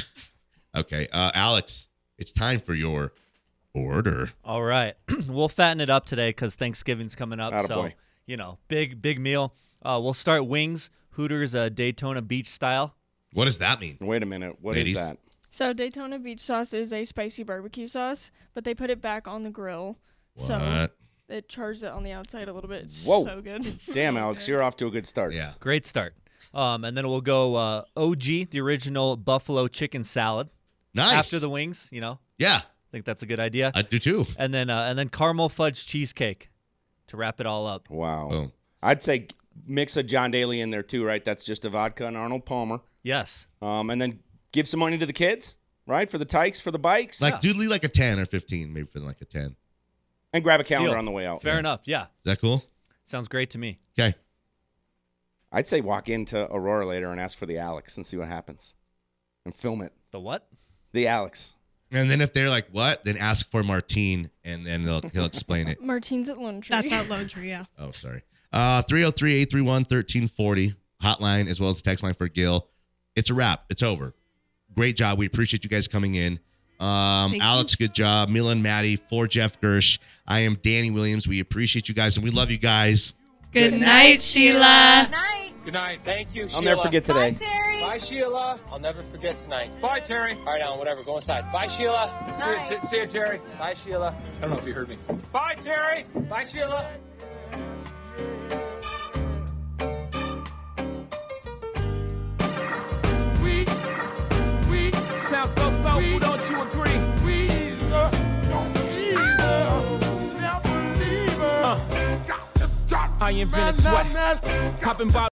[SPEAKER 2] Okay, uh, Alex, it's time for your order.
[SPEAKER 4] All right, we'll fatten it up today because Thanksgiving's coming up.
[SPEAKER 2] Atta
[SPEAKER 4] so
[SPEAKER 2] boy.
[SPEAKER 4] you know, big big meal. Uh, we'll start wings, Hooters uh, Daytona Beach style.
[SPEAKER 2] What does that mean?
[SPEAKER 6] Wait a minute. What
[SPEAKER 4] is
[SPEAKER 6] is
[SPEAKER 4] Ladies?
[SPEAKER 6] that?
[SPEAKER 11] So Daytona Beach sauce is a spicy barbecue sauce, but they put it back on the grill. So
[SPEAKER 6] What?
[SPEAKER 11] it charges it on the outside a little bit. It's
[SPEAKER 6] Whoa.
[SPEAKER 11] so good.
[SPEAKER 6] Damn, Alex, you're off to a good start.
[SPEAKER 2] Yeah.
[SPEAKER 4] Great start. Um, and then we'll go uh, OG, the original buffalo chicken salad.
[SPEAKER 2] Nice.
[SPEAKER 4] After the wings, you know.
[SPEAKER 2] Yeah.
[SPEAKER 4] I think that's a good idea.
[SPEAKER 2] I do too.
[SPEAKER 4] And then uh, and then caramel fudge cheesecake to wrap it all up.
[SPEAKER 6] Wow. I'd say mix a John Daly in there too, right? That's just a vodka and Arnold Palmer.
[SPEAKER 4] Yes.
[SPEAKER 6] Um, and then give some money to the kids, right? For the tykes, for the bikes.
[SPEAKER 2] Like, do leave like a ten or fifteen, maybe for like a ten. Is
[SPEAKER 6] and grab a calendar
[SPEAKER 4] Deal.
[SPEAKER 6] on the way out.
[SPEAKER 4] Fair enough. Yeah.
[SPEAKER 2] that cool?
[SPEAKER 4] Sounds great to me.
[SPEAKER 2] Okay.
[SPEAKER 6] I'd say walk into Aurora later and ask for the Alex and see what happens. And film it.
[SPEAKER 4] The what?
[SPEAKER 6] The Alex.
[SPEAKER 2] And then if they're like, "What?" then ask for Martine, and then they'll, he'll explain it.
[SPEAKER 11] Martine's at Lone Tree.
[SPEAKER 10] That's out Lone Tree, yeah.
[SPEAKER 2] Oh, sorry. Uh 303-831-1340 hotline as well as the text line for Gil. It's a wrap. It's over. Great job. We appreciate you guys coming in. Um,
[SPEAKER 18] Thank
[SPEAKER 2] Alex, good job. Milan, Maddie, for Jeff Gersh. I am Danny Williams. We appreciate you guys and we love you guys.
[SPEAKER 10] Good night, Sheila.
[SPEAKER 19] night. Good night. Thank you, Sheila.
[SPEAKER 2] I'll never forget today.
[SPEAKER 19] Bye, Terry. Bye, Sheila. I'll never forget tonight. Bye, Terry. All right, on whatever. Go inside. Bye, Sheila.
[SPEAKER 20] Night.
[SPEAKER 19] See, you, see you, Terry. Bye, Sheila. I don't know if you heard me. Bye, Terry. Bye, Sheila.
[SPEAKER 20] Sweet, sweet. Sounds so soulful, don't you agree? We don't Uh. never leave her. I invented sweat, popping bottles.